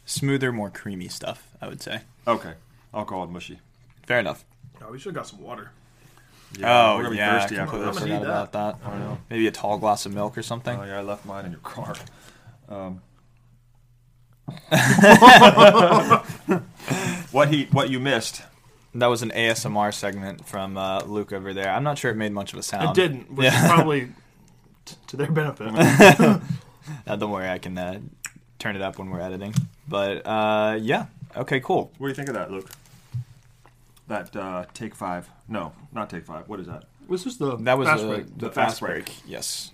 Speaker 1: Smoother, more creamy stuff. I would say.
Speaker 2: Okay, I'll call it mushy.
Speaker 1: Fair enough.
Speaker 3: Oh, we should have got some water.
Speaker 2: Yeah,
Speaker 1: oh
Speaker 2: we're gonna be
Speaker 1: yeah,
Speaker 2: thirsty
Speaker 1: I
Speaker 2: after
Speaker 1: completely
Speaker 2: this.
Speaker 3: gonna
Speaker 1: forgot
Speaker 3: need
Speaker 1: about that.
Speaker 2: I know.
Speaker 1: Maybe a tall glass of milk or something.
Speaker 2: Oh yeah, I left mine in your car. [LAUGHS] Um, what he, what you missed?
Speaker 1: That was an ASMR segment from uh, Luke over there. I'm not sure it made much of a sound.
Speaker 3: It didn't, which is
Speaker 1: [LAUGHS]
Speaker 3: probably t- to their benefit.
Speaker 1: Uh, don't worry, I can uh, turn it up when we're editing. But uh, yeah, okay, cool.
Speaker 2: What do you think of that, Luke? That uh, take five? No, not take five. What is that?
Speaker 3: This is the
Speaker 1: That was
Speaker 3: fast
Speaker 1: uh,
Speaker 3: break.
Speaker 1: the
Speaker 2: The
Speaker 1: fast
Speaker 2: fast break.
Speaker 1: break. Yes.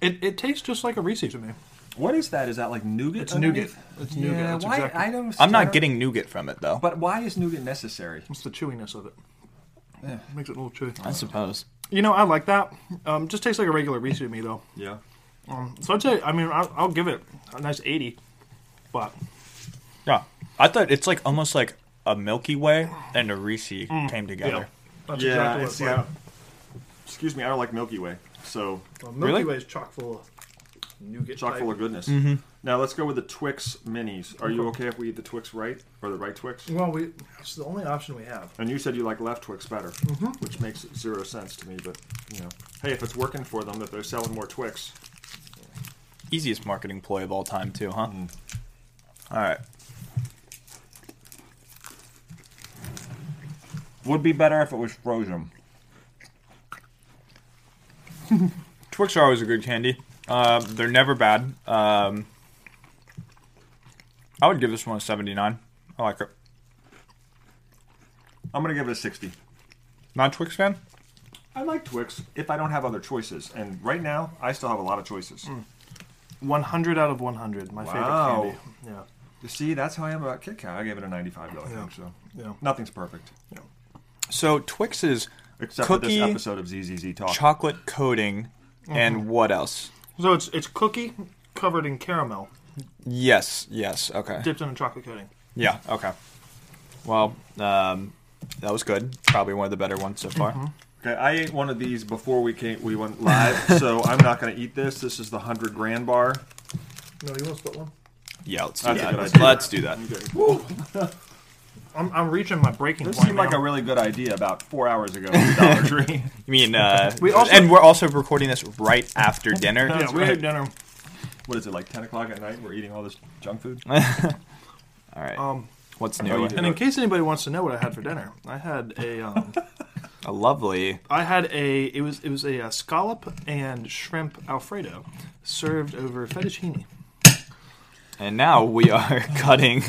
Speaker 3: It, it tastes just like a Reese to me.
Speaker 2: What is that? Is that like nougat?
Speaker 3: It's nougat.
Speaker 2: underneath?
Speaker 3: It's
Speaker 2: Yeah,
Speaker 3: nougat. That's
Speaker 2: why?
Speaker 3: exactly-
Speaker 2: I don't.
Speaker 1: I'm
Speaker 2: I
Speaker 1: not
Speaker 2: don't-
Speaker 1: getting nougat from it though.
Speaker 2: But why is nougat necessary?
Speaker 3: It's the chewiness of it.
Speaker 2: Yeah.
Speaker 3: Makes it a little chewy.
Speaker 1: I suppose.
Speaker 3: You know, I like that. Um, just tastes like a regular Reese to me, though.
Speaker 2: Yeah.
Speaker 3: Um, so I'd say, I mean, I'll, I'll give it a nice 80. But
Speaker 1: Yeah, I thought it's like almost like a Milky Way and a Reese came together.
Speaker 3: that's
Speaker 2: Yeah.
Speaker 3: exactly what
Speaker 2: it's-
Speaker 3: it's like.
Speaker 2: yeah. Excuse me, I don't like Milky Way. So
Speaker 3: Well, Milky
Speaker 1: Really?
Speaker 3: Way is chock full of nougat.
Speaker 2: chock full
Speaker 3: type.
Speaker 2: of goodness. Now let's go with the Twix minis. Are you okay if we eat the Twix right or the right Twix?
Speaker 3: Well, we, it's the only option we have.
Speaker 2: And you said you like left Twix better, which makes zero sense to me. But you know, hey, if it's working for them, that they're selling more Twix.
Speaker 1: Easiest marketing ploy of all time, too, huh? All right.
Speaker 2: Would be better if it was frozen.
Speaker 1: Twix are always a good candy. Uh, they're never bad. Um, I would give this one a 79. I like it.
Speaker 2: I'm gonna give it a 60.
Speaker 1: Not a Twix fan?
Speaker 2: I like Twix if I don't have other choices, and right now I still have a lot of choices.
Speaker 3: 100 out of 100, my
Speaker 2: Wow.
Speaker 3: favorite candy.
Speaker 2: You see, that's how I am about Kit Kat. I gave it a 95 though. I think so.
Speaker 3: Yeah, yeah.
Speaker 2: Nothing's perfect
Speaker 1: So Twix is
Speaker 2: except for
Speaker 1: cookie,
Speaker 2: this episode of ZZZ Talk.
Speaker 1: chocolate coating,
Speaker 3: Mm-hmm.
Speaker 1: and what else?
Speaker 3: So it's it's cookie covered in caramel,
Speaker 1: Yes, yes, okay.
Speaker 3: dipped in a chocolate coating.
Speaker 1: Yeah. Okay. Well, um, that was good. Probably one of the better ones so
Speaker 3: Mm-hmm.
Speaker 1: far.
Speaker 2: Okay, I ate one of these before we came. We
Speaker 1: [LAUGHS]
Speaker 2: went live, so I'm not going to eat this. This is the hundred grand bar.
Speaker 3: No, you want to split one?
Speaker 1: Yeah. Let's do
Speaker 2: That's a
Speaker 1: that.
Speaker 2: good
Speaker 1: Let's,
Speaker 2: idea.
Speaker 1: let's do that.
Speaker 3: I'm, I'm reaching my breaking
Speaker 2: This
Speaker 3: point.
Speaker 2: seemed like
Speaker 3: now.
Speaker 2: a really good idea about four
Speaker 1: [LAUGHS]
Speaker 2: hours ago. at Dollar Tree.
Speaker 1: I mean, uh,
Speaker 3: [LAUGHS] We also-
Speaker 1: and we're also recording this right after dinner.
Speaker 3: yeah, we
Speaker 2: right. [LAUGHS]
Speaker 3: had dinner.
Speaker 2: What is it like? Ten o'clock at night? We're eating all this junk food.
Speaker 1: Uh, All right.
Speaker 3: Um,
Speaker 1: What's
Speaker 2: Oh,
Speaker 1: new? Uh,
Speaker 2: you did.
Speaker 3: and in case anybody wants to know what I had for dinner, I had a um,
Speaker 1: a lovely.
Speaker 3: I had a it was it was a, uh scallop and shrimp alfredo served over fettuccine.
Speaker 1: And now
Speaker 3: [LAUGHS]
Speaker 1: we are [LAUGHS] cutting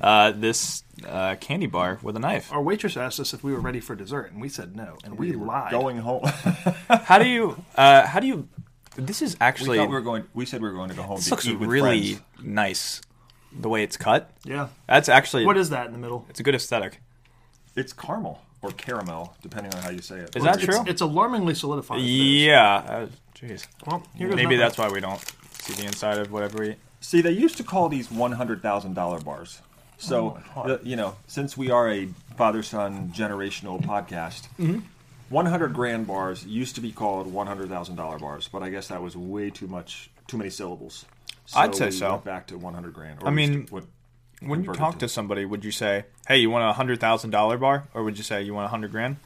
Speaker 1: uh, this uh, candy bar with a knife.
Speaker 3: Our waitress asked us if we were ready for dessert, and we said no, and we,
Speaker 2: We're
Speaker 3: lied.
Speaker 2: Going home. [LAUGHS]
Speaker 1: How do you? Uh, how do you? This is
Speaker 2: we
Speaker 1: actually.
Speaker 2: thought we were going. We said we were going to go home.
Speaker 1: this
Speaker 2: to
Speaker 1: looks
Speaker 2: eat with
Speaker 1: really
Speaker 2: friends.
Speaker 1: nice. The way it's cut.
Speaker 3: Yeah.
Speaker 1: That's actually.
Speaker 3: What is that in the middle?
Speaker 1: It's a good aesthetic.
Speaker 2: It's caramel or caramel, depending on how you say it.
Speaker 1: Is
Speaker 2: Or
Speaker 1: that
Speaker 2: it's-
Speaker 1: true?
Speaker 3: It's alarmingly solidified.
Speaker 1: Yeah. uh, Jeez.
Speaker 3: Well, here goes
Speaker 1: Maybe
Speaker 3: nothing.
Speaker 1: that's why we don't see the inside of whatever we eat.
Speaker 2: See, they used to call these one hundred thousand dollar bars.
Speaker 1: Oh,
Speaker 2: So, the, you know, since we are a father son generational podcast,
Speaker 1: Mm-hmm.
Speaker 2: hundred grand bars used to be called one hundred thousand dollar bars, but I guess that was way too much, too many syllables. So
Speaker 1: I'd say
Speaker 2: we
Speaker 1: so.
Speaker 2: Went back to one hundred grand. Or
Speaker 1: I
Speaker 2: at least
Speaker 1: mean,
Speaker 2: what-
Speaker 1: When you
Speaker 2: Converted
Speaker 1: talk
Speaker 2: to-
Speaker 1: to somebody, would you say, "Hey, you want a hundred thousand dollar bar," or would you say you want a hundred grand?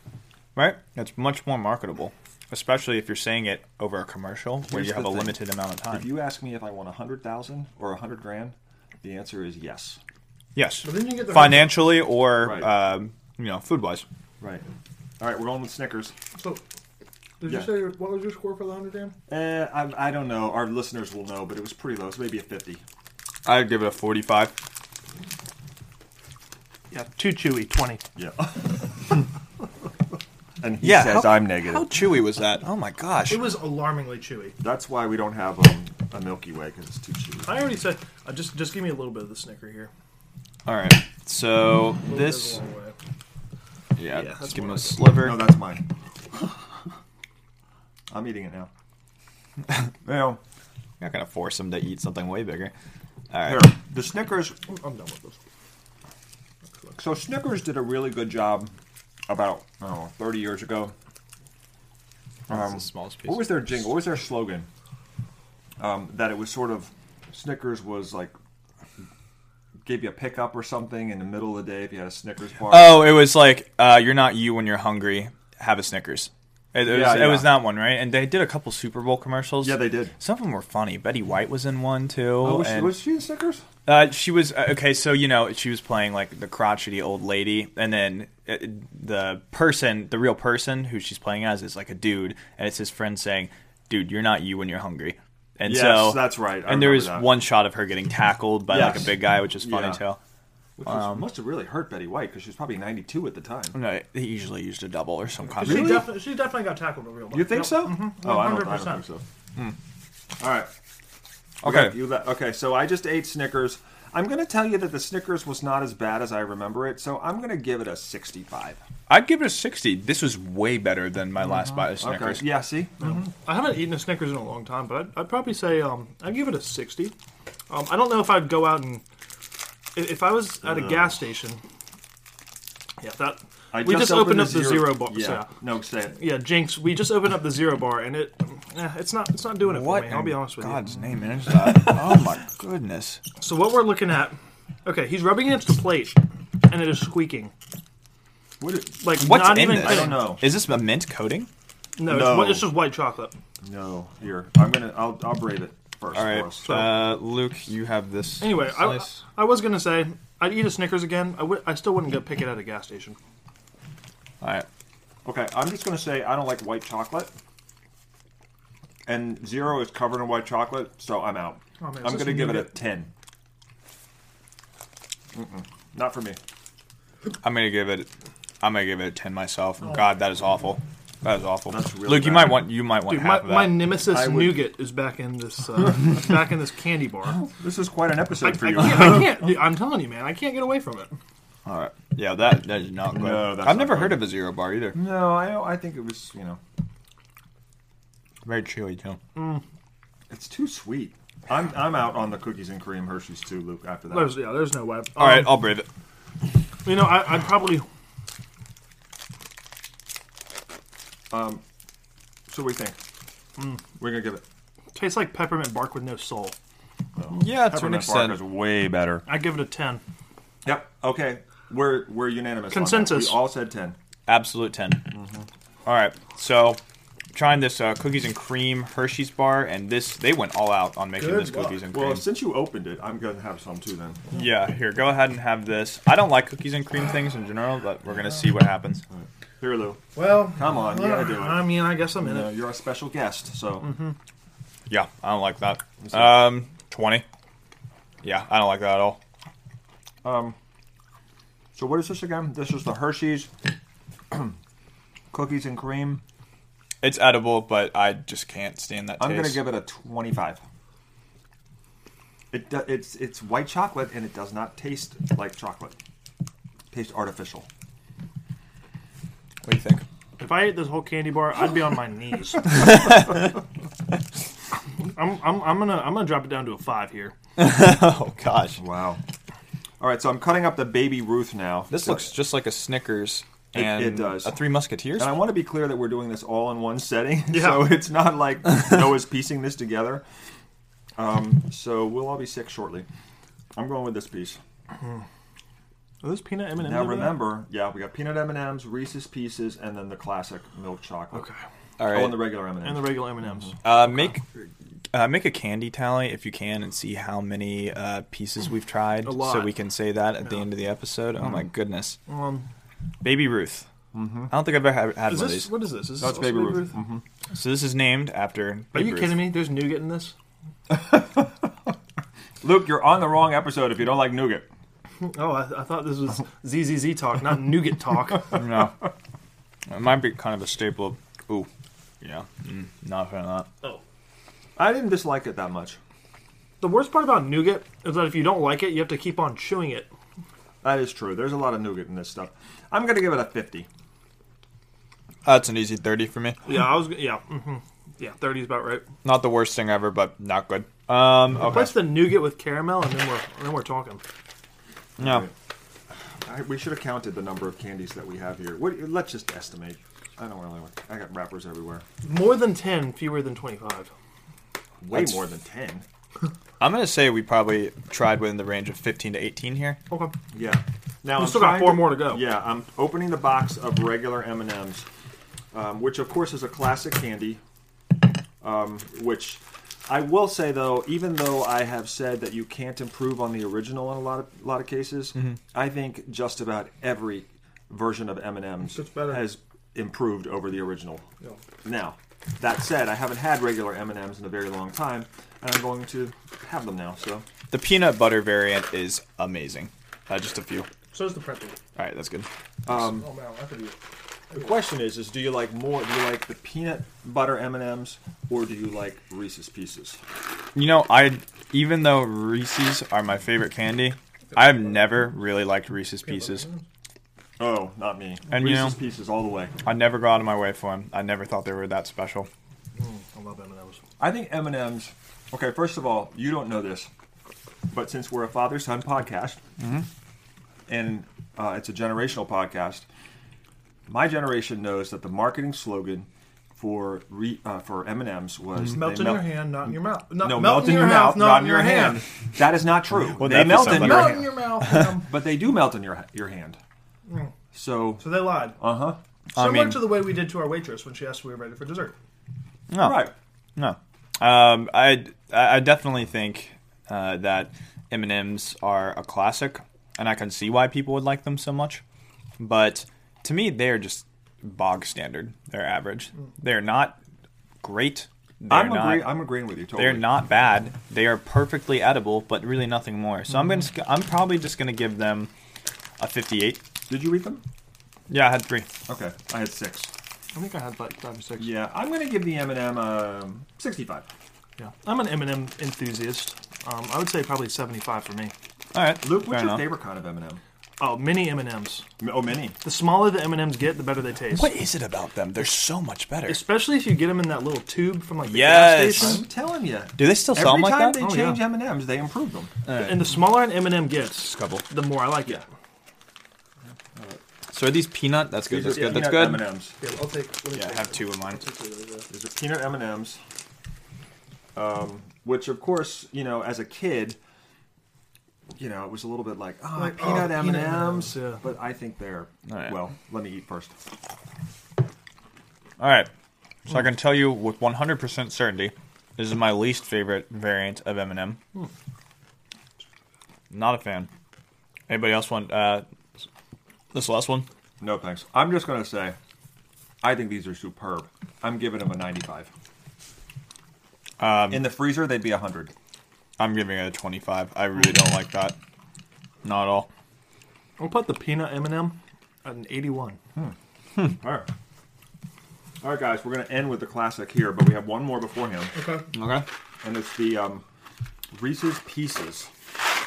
Speaker 1: Right? That's much more marketable, especially if you're saying it over a commercial where
Speaker 2: Here's
Speaker 1: you have a
Speaker 2: the thing.
Speaker 1: limited amount of
Speaker 2: if
Speaker 1: time.
Speaker 2: you ask me if I want a hundred thousand or a hundred grand, the answer is yes.
Speaker 1: yes,
Speaker 3: But then you get the-
Speaker 1: financially or
Speaker 2: Right.
Speaker 1: um, you know, food wise.
Speaker 2: Right. All right, we're going with Snickers.
Speaker 3: So, did
Speaker 2: Yeah.
Speaker 3: you say what was your score for the hundred gram?
Speaker 2: Uh, I, I don't know. Our listeners will know, but it was pretty low. It's maybe a fifty.
Speaker 1: I'd give it a forty-five.
Speaker 3: Yeah, too chewy, twenty.
Speaker 2: Yeah. [LAUGHS] and he
Speaker 1: Yeah,
Speaker 2: says
Speaker 1: how-
Speaker 2: I'm negative.
Speaker 1: How chewy was that? Oh my gosh!
Speaker 3: It was alarmingly chewy.
Speaker 2: That's why we don't have um, a Milky Way because it's too chewy.
Speaker 3: I already said, uh, just just give me a little bit of the snicker here.
Speaker 1: All right, so
Speaker 3: A little bit
Speaker 1: this,
Speaker 3: of the long way.
Speaker 1: yeah,
Speaker 3: that's
Speaker 1: just give
Speaker 3: what
Speaker 1: him
Speaker 3: I
Speaker 1: a
Speaker 3: did.
Speaker 1: sliver.
Speaker 2: No, that's mine. [LAUGHS] I'm eating it now. [LAUGHS] well,
Speaker 1: You're not gonna force him to eat something way bigger. All right.
Speaker 2: here the Snickers.
Speaker 3: I'm- I'm done with this.
Speaker 2: So Snickers did a really good job about I don't know, 30 years ago.
Speaker 1: That's the smallest piece.
Speaker 2: um, What was their jingle? What was their slogan? Um, that it was sort of Snickers was like gave you a pickup or something in the middle of the day if you had a Snickers bar.
Speaker 1: Oh, it was like uh, you're not you when you're hungry. Have a Snickers. It, it
Speaker 2: Yeah,
Speaker 1: was,
Speaker 2: yeah.
Speaker 1: it was that one, right? And they did a couple Super Bowl commercials.
Speaker 2: Yeah, they did.
Speaker 1: Some of them were funny. Betty White was in one too.
Speaker 2: Oh, was, she,
Speaker 1: and,
Speaker 2: was she in Snickers?
Speaker 1: uh, she was uh, okay. So you know, she was playing like the crotchety old lady, and then uh, the person, the real person who she's playing as, is like a dude, and it's his friend saying, "Dude, you're not you when you're hungry." And
Speaker 2: Yes,
Speaker 1: so
Speaker 2: that's right. I
Speaker 1: and there
Speaker 2: remember
Speaker 1: was
Speaker 2: that.
Speaker 1: one shot of her getting tackled by like
Speaker 2: Yes.
Speaker 1: a big guy, which is funny
Speaker 2: Yeah.
Speaker 1: too.
Speaker 2: Which was-
Speaker 1: um,
Speaker 2: must have really hurt Betty White because she was probably 92 at the time.
Speaker 1: No, they usually used a double or some kind
Speaker 3: She,
Speaker 1: of
Speaker 2: Really?
Speaker 3: defi- she definitely got tackled a real one.
Speaker 2: You think
Speaker 3: Yep.
Speaker 2: so? Oh, I don't, I don't
Speaker 3: 100%.
Speaker 2: think so. Hmm. All right.
Speaker 1: Okay.
Speaker 2: You le- okay, so I just ate Snickers. I'm going to tell you that the Snickers was not as bad as I remember it, so I'm going to give it a 65.
Speaker 1: I'd give it a 60. This was way better than my last bite of
Speaker 2: Uh-huh. Okay. Mm-hmm.
Speaker 1: Snickers.
Speaker 2: Yeah. See.
Speaker 3: I haven't eaten a Snickers in a long time, but I'd, I'd probably say um, I'd give it a 60. Um, I don't know if I'd go out and if, if I was at a gas station. Yeah, that
Speaker 2: I
Speaker 3: we just opened, up the zero, bar.
Speaker 2: Yeah.
Speaker 3: Yeah.
Speaker 2: No, say it.
Speaker 3: yeah, Jinx. We just opened up the zero bar, and it eh, it's not it's not doing it for me. I'll be honest with
Speaker 1: God's name is
Speaker 2: [LAUGHS]
Speaker 1: that? oh my goodness.
Speaker 3: you. So what we're looking at? Okay, he's rubbing against the plate, and it is squeaking.
Speaker 2: What is,
Speaker 3: Like
Speaker 1: What's
Speaker 3: not
Speaker 1: in
Speaker 3: even
Speaker 1: this?
Speaker 2: I
Speaker 3: kidding.
Speaker 2: don't know.
Speaker 1: Is this a mint coating?
Speaker 2: No.
Speaker 3: No, It's, whi- it's just white chocolate.
Speaker 2: No. Here. I'm gonna. I'll. I'll brave it first.
Speaker 1: All
Speaker 2: for
Speaker 1: right.
Speaker 2: us.
Speaker 1: Uh, Luke, you have this.
Speaker 3: Anyway, I,
Speaker 1: slice.
Speaker 3: I was gonna say I'd eat a Snickers again. I would. I still wouldn't go pick it at a gas station.
Speaker 1: All right.
Speaker 2: Okay, I'm just gonna say I don't like white chocolate, and zero is covered in white chocolate, so I'm out.
Speaker 3: Oh, man, is
Speaker 2: I'm
Speaker 3: this
Speaker 2: gonna give it a
Speaker 3: nougat?
Speaker 2: ten. Mm-mm, not for me.
Speaker 1: I'm gonna give it. I'm gonna give it a ten myself. God, that is awful. That is awful.
Speaker 2: Oh. That's really
Speaker 1: Luke, you
Speaker 2: bad.
Speaker 1: might want you might want
Speaker 3: Dude, my,
Speaker 1: half
Speaker 3: my
Speaker 1: of that.
Speaker 3: nemesis
Speaker 2: I would-
Speaker 3: nougat is back in this [LAUGHS] uh, back in this candy bar.
Speaker 2: This is quite an
Speaker 3: I, I
Speaker 2: episode for
Speaker 3: can't,
Speaker 2: you. [LAUGHS]
Speaker 3: I can't dude, I'm telling you, man, I can't get away from it.
Speaker 1: All right. Yeah, that that is not good.
Speaker 2: No, that's
Speaker 1: I've
Speaker 2: not
Speaker 1: never
Speaker 2: good. Hmm.
Speaker 1: heard of a zero bar either.
Speaker 2: no, I don't, I think it was you know
Speaker 1: Very chewy too.
Speaker 2: it's too sweet. I'm I'm out on the cookies and cream Hershey's too, Luke. After that,
Speaker 3: There's, yeah, there's no way. Um,
Speaker 1: All right, I'll brave it.
Speaker 3: you know, I, I'd probably
Speaker 2: so what do you think? We're gonna give it.
Speaker 3: taste like peppermint bark with no soul.
Speaker 1: Yeah, to an
Speaker 2: Peppermint bark is
Speaker 1: extent.
Speaker 2: way better.
Speaker 3: I give it a ten.
Speaker 2: Yep. Okay. We're we're unanimous. on that.
Speaker 3: Consensus.
Speaker 2: We all said ten.
Speaker 1: Absolute 10 All right. So, trying this uh, cookies and cream Hershey's bar, and this they went all out on making
Speaker 3: Good
Speaker 1: this cookies
Speaker 3: luck.
Speaker 1: and cream.
Speaker 2: Well, since you opened it, I'm gonna have some too then.
Speaker 1: yeah, here, go ahead and have this. I don't like cookies and cream things in general, but we're gonna see what happens.
Speaker 2: Here, Lou.
Speaker 3: Well,
Speaker 2: Come on, you gotta do it.
Speaker 3: I mean, I guess I'm in
Speaker 2: No,
Speaker 3: it.
Speaker 2: you're a special guest, so
Speaker 1: Mm-hmm. Yeah, I don't like that. Um, twenty. Yeah, I don't like that at all.
Speaker 2: so what is this again? This is the Hershey's [CLEARS THROAT] cookies and cream.
Speaker 1: It's edible, but I just can't stand that
Speaker 2: I'm
Speaker 1: taste.
Speaker 2: gonna give it a 25. It do, it's it's white chocolate and it does not taste like chocolate. Tastes artificial.
Speaker 1: What do you think? [LAUGHS]
Speaker 3: If I ate this whole candy bar, I'd be on my [LAUGHS] knees. I'm, I'm, I'm gonna I'm gonna drop it down to a five here.
Speaker 1: Oh gosh,
Speaker 2: Wow. All right, so I'm cutting up the baby Ruth now.
Speaker 1: this
Speaker 2: So-
Speaker 1: looks just like a Snickers and
Speaker 2: it does.
Speaker 1: a Three Musketeers.
Speaker 2: And I want to be clear that we're doing this all in one setting, [LAUGHS]
Speaker 3: Yeah.
Speaker 2: so it's not
Speaker 1: [LAUGHS]
Speaker 2: like Noah's piecing this together. Um, so we'll all be sick shortly. I'm going with this piece.
Speaker 3: Are those peanut M&Ms?
Speaker 2: Now
Speaker 3: over there?
Speaker 2: remember, yeah, we got peanut M and M's, Reese's Pieces, and then the classic milk chocolate.
Speaker 3: Okay.
Speaker 1: all
Speaker 2: Oh, and the
Speaker 1: right,
Speaker 2: regular M and
Speaker 3: And the
Speaker 2: M's.
Speaker 3: regular M&Ms.
Speaker 1: uh, make uh, make a candy tally if you can, and see how many uh, pieces we've tried,
Speaker 3: A lot.
Speaker 1: so we can say that at the end of the episode. Oh
Speaker 3: Mm-hmm.
Speaker 1: my goodness,
Speaker 3: Um,
Speaker 1: Baby Ruth.
Speaker 3: Mm-hmm.
Speaker 1: I don't think I've ever had, had
Speaker 3: is
Speaker 1: one of
Speaker 3: this
Speaker 1: these.
Speaker 3: what is this? Is this
Speaker 2: That's
Speaker 3: also
Speaker 2: Baby Ruth.
Speaker 1: So this is named after.
Speaker 3: Are
Speaker 1: Mm-hmm. Baby
Speaker 3: you
Speaker 1: Ruth.
Speaker 3: kidding me? There's nougat in this.
Speaker 2: Luke, you're on the wrong episode if you don't like nougat.
Speaker 3: Oh, I, I thought
Speaker 2: [LAUGHS]
Speaker 3: this was ZZZ talk, not nougat talk. [LAUGHS]
Speaker 1: No. It might be kind of a staple. of- Ooh. Yeah. Mm, not a fan of
Speaker 3: oh.
Speaker 2: I didn't dislike it that much.
Speaker 3: The worst part about nougat is that if you don't like it, you have to keep on chewing it.
Speaker 2: That is true. There's a lot of nougat in this stuff. I'm gonna give it a 50.
Speaker 1: that. That's an easy 30 for me.
Speaker 3: Yeah, I was. Yeah, hmm yeah, thirty is about right.
Speaker 1: Not the worst thing ever, but not good. Um, okay.
Speaker 3: What's the nougat with caramel, and then we're and then we're talking.
Speaker 1: No.
Speaker 2: I, we should have counted the number of candies that we have here. What, let's just estimate. I don't really. want- I got wrappers everywhere.
Speaker 3: More than ten, fewer than twenty-five.
Speaker 2: Way
Speaker 1: That's-
Speaker 2: more than 10.
Speaker 1: I'm going to say we probably tried within the range of 15 to 18 here.
Speaker 3: Okay.
Speaker 2: Yeah. Now
Speaker 3: We
Speaker 2: I'm
Speaker 3: still got
Speaker 2: trying
Speaker 3: four more to go.
Speaker 2: Yeah, I'm opening the box of regular M and M's, um, which of course is a classic candy. Um, which I will say though, even though I have said that you can't improve on the original in a lot of a lot of cases,
Speaker 3: Mm-hmm.
Speaker 2: I think just about every version of M and M's
Speaker 3: It's better.
Speaker 2: has improved over the original. Now, that said, I haven't had regular M and M's in a very long time, and I'm going to have them now. So
Speaker 1: The peanut butter variant is amazing. Uh, just a few. All
Speaker 3: So is the pretzel.
Speaker 1: right, that's good.
Speaker 2: Um,
Speaker 3: Oh man, I could eat.
Speaker 2: The question is: Is do you like more? Do you like the peanut butter M and M's, or do you like Reese's Pieces?
Speaker 1: You know, I even though Reese's are my favorite candy, I've never really liked Reese's Pieces.
Speaker 2: Oh, not me.
Speaker 1: And you
Speaker 2: Reese's
Speaker 1: know-
Speaker 2: Pieces all the way.
Speaker 1: I never go out of my way for them. I never thought they were that special.
Speaker 3: I love M&M's.
Speaker 2: I think M and M's. Okay, first of all, you don't know this, but since we're a father son podcast,
Speaker 1: Mm-hmm.
Speaker 2: and uh, it's a generational podcast, my generation knows that the marketing slogan for re, uh, for M and M's was they
Speaker 3: Melt in your hand, not in your mouth. Not,
Speaker 2: No, melt, in your mouth, not in your hand. That is not true. they
Speaker 1: that'd be
Speaker 2: melt in
Speaker 1: something.
Speaker 2: your
Speaker 3: Melt in
Speaker 2: hand,
Speaker 3: your mouth. um,
Speaker 2: but they do melt in your your hand. So,
Speaker 3: so they lied.
Speaker 2: uh huh.
Speaker 3: Similar
Speaker 1: mean-
Speaker 3: to the way we did to our waitress when she asked if we were ready for dessert.
Speaker 1: No,
Speaker 2: Right.
Speaker 1: No, um, I I definitely think uh, that M and M's are a classic, and I can see why people would like them so much. But to me, they are just bog standard. They're average. They're not great. They're
Speaker 2: I'm
Speaker 1: not.
Speaker 2: agree- I'm agreeing with you totally.
Speaker 1: they're not bad. They are perfectly edible, but really nothing more. So I'm gonna.
Speaker 2: Mm-hmm.
Speaker 1: sc- I'm probably just gonna give them a 58.
Speaker 2: Did you eat them?
Speaker 1: Yeah, I had three.
Speaker 2: Okay, I had six.
Speaker 3: I think I had like five or six.
Speaker 2: Yeah, I'm gonna give the M and M um, 65.
Speaker 3: Yeah. I'm an M&M enthusiast. Um, I would say probably 75 for me.
Speaker 1: All right,
Speaker 2: Luke,
Speaker 1: fair
Speaker 2: what's your
Speaker 1: enough.
Speaker 2: favorite kind of M and m
Speaker 3: Oh, mini M&Ms.
Speaker 2: Oh, many.
Speaker 3: The smaller the M&Ms get, the better they taste.
Speaker 1: What is it about them? They're so much better.
Speaker 3: Especially if you get them in that little tube from like the
Speaker 1: Yes.
Speaker 3: gas
Speaker 2: I'm
Speaker 3: station.
Speaker 2: telling you.
Speaker 1: Do they still sell
Speaker 2: Every
Speaker 1: them like
Speaker 2: time
Speaker 1: that?
Speaker 2: they
Speaker 3: Oh,
Speaker 2: change
Speaker 3: yeah.
Speaker 2: M and M's, they improve them.
Speaker 3: And the smaller an M&M gets,
Speaker 1: couple.
Speaker 3: the more I like it.
Speaker 1: So are these peanut? That's good. That's
Speaker 2: These are
Speaker 1: good. That's
Speaker 2: peanut
Speaker 1: good.
Speaker 2: M&Ms.
Speaker 3: Yeah, I'll take. Let me
Speaker 1: Yeah, I have two of mine.
Speaker 2: These are peanut M and M's. Um, which of course, you know, as a kid, you know, it was a little bit like, oh,
Speaker 3: Like,
Speaker 2: peanut
Speaker 3: oh,
Speaker 2: M and
Speaker 3: peanut
Speaker 2: M's.
Speaker 3: M&Ms, yeah.
Speaker 2: But I think they're
Speaker 1: All right.
Speaker 2: well. Let me eat first.
Speaker 1: All right. So I can tell you with 100% certainty, this is my least favorite variant of M&M.
Speaker 2: Hmm.
Speaker 1: Not a fan. Anybody else want uh, this last one?
Speaker 2: No thanks. I'm just gonna say, I think these are superb. I'm giving them a 95.
Speaker 1: Um,
Speaker 2: In the freezer, they'd be 100.
Speaker 1: I'm giving it a 25. I really don't like that. Not at all.
Speaker 3: I'll put the peanut M&M at an 81.
Speaker 2: All right. All right, guys, we're going to end with the classic here, but we have one more beforehand,
Speaker 3: Okay.
Speaker 1: Okay.
Speaker 2: and it's the um, Reese's Pieces.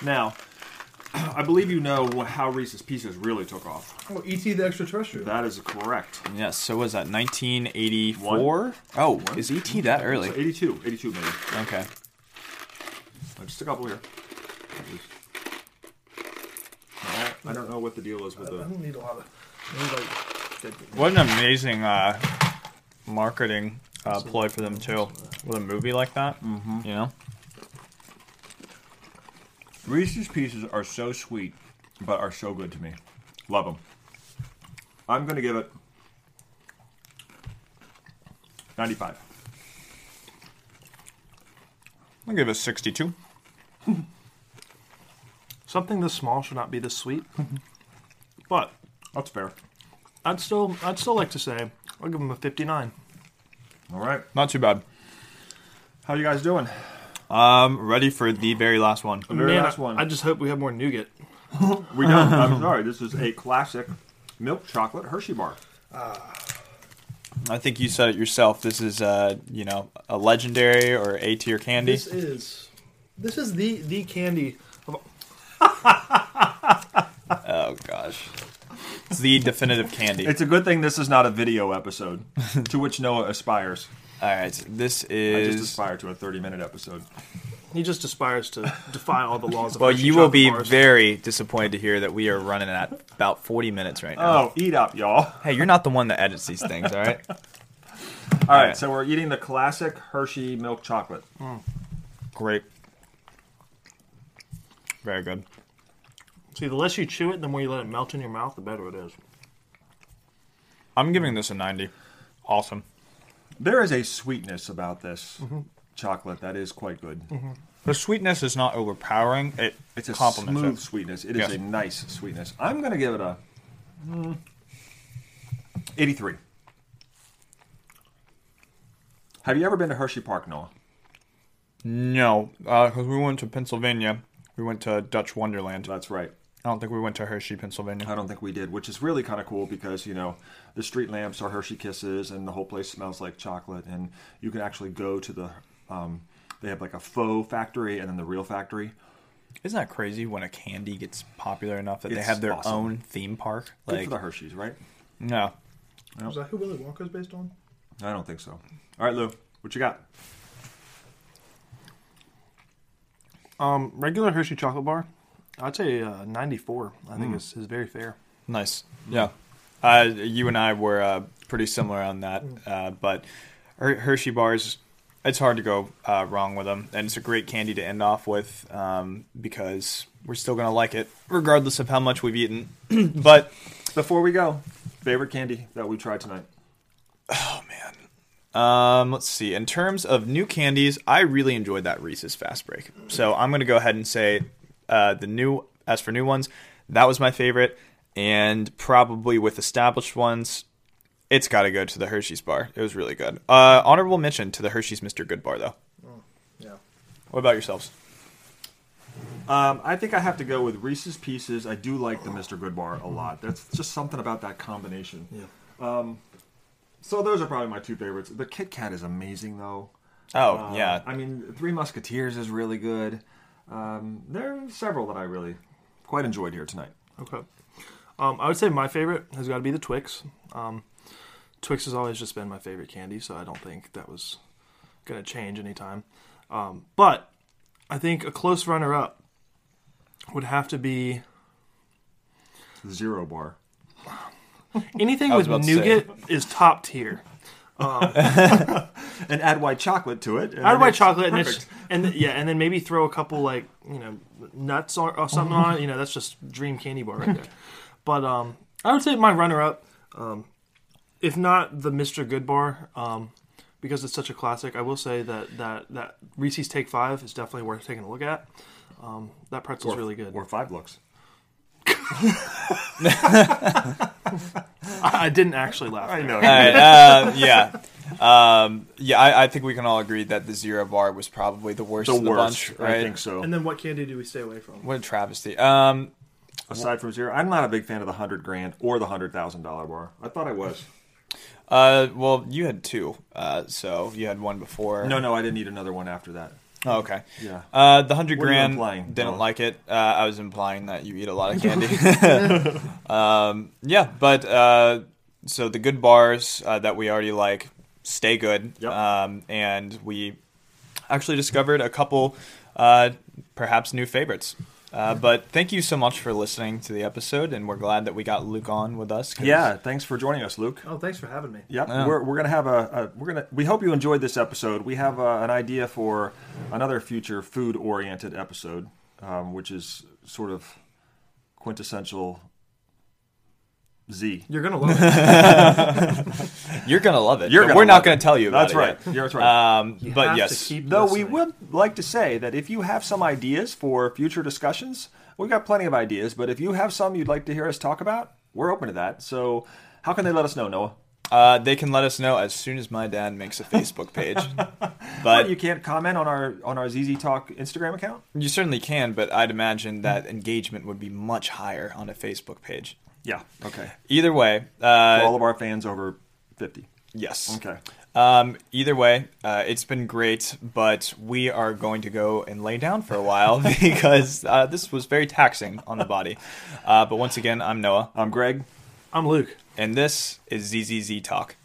Speaker 2: Now, [CLEARS THROAT] I believe you know wh- how Reese's Pieces really took off.
Speaker 3: Well, E.T. the extraterrestrial.
Speaker 2: That is correct.
Speaker 1: Yes. So was that 1984? Oh, is ET that
Speaker 2: So
Speaker 1: early?
Speaker 2: 82, 82 maybe.
Speaker 1: Okay.
Speaker 2: Uh, Just a couple here. No, I don't know what the deal is with
Speaker 3: I
Speaker 2: the.
Speaker 3: don't need a lot of. I need like good-
Speaker 1: What an amazing uh, marketing uh, ploy for them too, with a movie like that. Mm-hmm. You know,
Speaker 2: Reese's Pieces are so sweet, but are so good to me. Love them. I'm going to give it 95.
Speaker 1: I'll give it sixty-two.
Speaker 3: Something this small should not be this [LAUGHS] sweet. but
Speaker 2: That's fair.
Speaker 3: I'd still, I'd still like to say I'll give them a 59.
Speaker 2: All right.
Speaker 1: Not too bad.
Speaker 2: How you guys doing?
Speaker 1: Um, ready for the very last one.
Speaker 2: The very
Speaker 3: Man,
Speaker 2: last
Speaker 3: I-
Speaker 2: one.
Speaker 3: I just hope we have more nougat.
Speaker 2: We don't. [LAUGHS] I'm sorry. This is a classic milk chocolate Hershey bar.
Speaker 1: I think you said it yourself. This is uh, you know, a legendary or A tier candy.
Speaker 3: This is, this is the the candy. Of,
Speaker 1: Oh gosh, it's the definitive candy.
Speaker 2: It's a good thing this is not a video episode, to which Noah aspires.
Speaker 1: All right, this
Speaker 2: I just
Speaker 1: is.
Speaker 2: aspire to a 30 minute episode.
Speaker 3: he just aspires to defy all the laws [LAUGHS] of.
Speaker 1: Well,
Speaker 3: Hershey
Speaker 1: you will
Speaker 3: chocolate
Speaker 1: be
Speaker 3: bars.
Speaker 1: very disappointed to hear that we are running at about forty minutes right now.
Speaker 2: Oh, eat up, y'all!
Speaker 1: Hey, you're not the one that edits these things, all right?
Speaker 2: All right,
Speaker 1: right.
Speaker 2: so we're eating the classic Hershey milk chocolate.
Speaker 1: [LAUGHS] Great. Very good.
Speaker 3: See, the less you chew it, the more you let it melt in your mouth, the better it is.
Speaker 1: I'm giving this a 90. Awesome.
Speaker 2: There is a sweetness about this chocolate that is quite good.
Speaker 1: The sweetness is not overpowering. It
Speaker 2: It's a
Speaker 1: complements
Speaker 2: smooth
Speaker 1: it.
Speaker 2: sweetness. It is
Speaker 1: Yes.
Speaker 2: a nice sweetness. I'm gonna give it a mm, 83. Have you ever been to Hershey Park, Noah?
Speaker 1: No, because we went to Pennsylvania. We went to Dutch Wonderland. I
Speaker 2: That's right.
Speaker 1: don't think we went to Hershey, Pennsylvania.
Speaker 2: I don't think we did, which is really kind of cool because you know the street lamps are Hershey Kisses, and the whole place smells like chocolate. And you can actually go to the um, they have like a faux factory and then the real factory,
Speaker 1: Isn't that crazy when a candy gets popular enough that they
Speaker 2: It's
Speaker 1: have their
Speaker 2: awesome.
Speaker 1: own theme park?
Speaker 2: Good
Speaker 1: Like,
Speaker 2: for the Hershey's, right?
Speaker 1: no,
Speaker 3: Is that who Willy Wonka's based on?
Speaker 2: I don't think so. All right, Lou, what you got?
Speaker 3: Um, regular Hershey chocolate bar, I'd say uh, 94. I think is, is very fair.
Speaker 1: Nice. Yeah. Uh, you and I were uh, pretty similar on that, uh, but Her- Hershey bars, it's hard to go uh, wrong with them, and it's a great candy to end off with um, because we're still gonna like it regardless of how much we've eaten. [CLEARS THROAT] but
Speaker 2: Before we go, favorite candy that we tried tonight?
Speaker 1: oh man, um, let's see. In terms of new candies, I really enjoyed that Reese's Fast Break, so I'm gonna go ahead and say uh, the new. As for new ones, that was my favorite, and probably with established ones, It's got to go to the Hershey's bar. It was really good. Uh, honorable mention to the Hershey's Mr. Good bar, though.
Speaker 3: Yeah.
Speaker 1: What about yourselves?
Speaker 2: Um, I think I have to go with Reese's Pieces. I do like the Mr. Good bar a lot. That's just something about that combination.
Speaker 3: Yeah.
Speaker 2: So those are probably my two favorites. The Kit Kat is amazing, though.
Speaker 1: Oh
Speaker 2: Uh,
Speaker 1: yeah,
Speaker 2: I mean, Three Musketeers is really good. Um, there are several that I really quite enjoyed here tonight.
Speaker 3: Okay. Um, I would say my favorite has got to be the Twix. Um, Twix has always just been my favorite candy, so I don't think that was going to change anytime. Um, but I think a close runner up would have to be
Speaker 2: Zero bar.
Speaker 3: anything
Speaker 1: I was
Speaker 3: with
Speaker 1: about to say.
Speaker 3: nougat is top tier.
Speaker 2: And add white chocolate to it. and
Speaker 3: I'd
Speaker 2: then
Speaker 3: buy
Speaker 2: it's
Speaker 3: chocolate and, it's,
Speaker 2: perfect.
Speaker 3: and th- yeah, and then maybe throw a couple like you know nuts or, or something on it. You know, that's just dream candy bar right there. [LAUGHS] but um, I would say my runner up, um, if not the Mister Good bar, um, because it's such a classic. I will say that that that Reese's Take Five is definitely worth taking a look at. Um, that pretzel's
Speaker 2: Or-
Speaker 3: really good.
Speaker 2: Or five looks.
Speaker 3: I, I didn't [LAUGHS] actually laugh.
Speaker 2: I
Speaker 3: there.
Speaker 2: know.
Speaker 1: All right, [LAUGHS] uh, yeah, um, yeah. I, I think we can all agree that the zero bar was probably the worst.
Speaker 2: the
Speaker 1: of the
Speaker 2: worst.
Speaker 1: bunch, right?
Speaker 2: I think so.
Speaker 3: And then what candy do we stay away from?
Speaker 1: What a travesty. Um,
Speaker 2: Aside from zero, I'm not a big fan of the hundred grand or the hundred thousand dollar bar. I thought I was.
Speaker 1: uh, well, you had two, uh, so you had one before.
Speaker 2: No, no, I didn't need another one after that.
Speaker 1: Oh, okay.
Speaker 2: Yeah.
Speaker 1: Uh, the hundred
Speaker 2: What are you
Speaker 1: grand
Speaker 2: implying,
Speaker 1: didn't
Speaker 2: Noah?
Speaker 1: like it. Uh, I was implying that you eat a
Speaker 2: [LAUGHS]
Speaker 1: lot of candy. [LAUGHS] um, yeah, but uh, so the good bars uh, that we already like stay good.
Speaker 2: Yep.
Speaker 1: Um, and we actually discovered a couple, uh, perhaps new favorites. Uh, but thank you so much for listening to the episode, and we're glad that we got Luke on with us. 'cause-
Speaker 2: Yeah. Thanks for joining us, Luke.
Speaker 3: Oh, thanks for having me.
Speaker 2: Yep.
Speaker 1: Yeah.
Speaker 2: We're, we're gonna have a, a we're gonna we hope you enjoyed this episode. We have uh an idea for another future food oriented episode, um, which is sort of quintessential Z.
Speaker 3: You're gonna love [LAUGHS] it.
Speaker 1: you're gonna love it.
Speaker 2: You're
Speaker 1: but
Speaker 2: gonna
Speaker 1: we're
Speaker 2: love
Speaker 1: not
Speaker 2: it.
Speaker 1: gonna tell you. About
Speaker 2: That's
Speaker 1: it yet.
Speaker 2: right. Yeah, Uh, that's [LAUGHS] right.
Speaker 1: Um,
Speaker 3: You
Speaker 1: but
Speaker 3: have to
Speaker 1: yes,
Speaker 3: keep
Speaker 2: Though we
Speaker 3: listening.
Speaker 2: would like to say that if you have some ideas for future discussions, we've got plenty of ideas, but if you have some you'd like to hear us talk about, we're open to that. So how can they let us know, Noah?
Speaker 1: Uh, they can let us know as soon as my dad
Speaker 3: [LAUGHS]
Speaker 1: makes a Facebook page.
Speaker 2: But
Speaker 1: but
Speaker 2: you
Speaker 1: you,
Speaker 2: can't comment on our on our ZZ Talk Instagram account?
Speaker 1: certainly can, but I'd imagine that engagement would be much higher on a Facebook page.
Speaker 2: Yeah. Okay.
Speaker 1: Either way,
Speaker 2: For
Speaker 1: uh,
Speaker 2: all of our fans over fifty.
Speaker 1: yes.
Speaker 2: Okay.
Speaker 1: Um, either way, uh, it's been great, but we are going to go and lay down for a while because uh, this was very taxing on the body. Uh, but once again, I'm Noah,
Speaker 2: I'm Um, Greg.
Speaker 3: I'm Luke.
Speaker 1: and this is ZZZ Talk.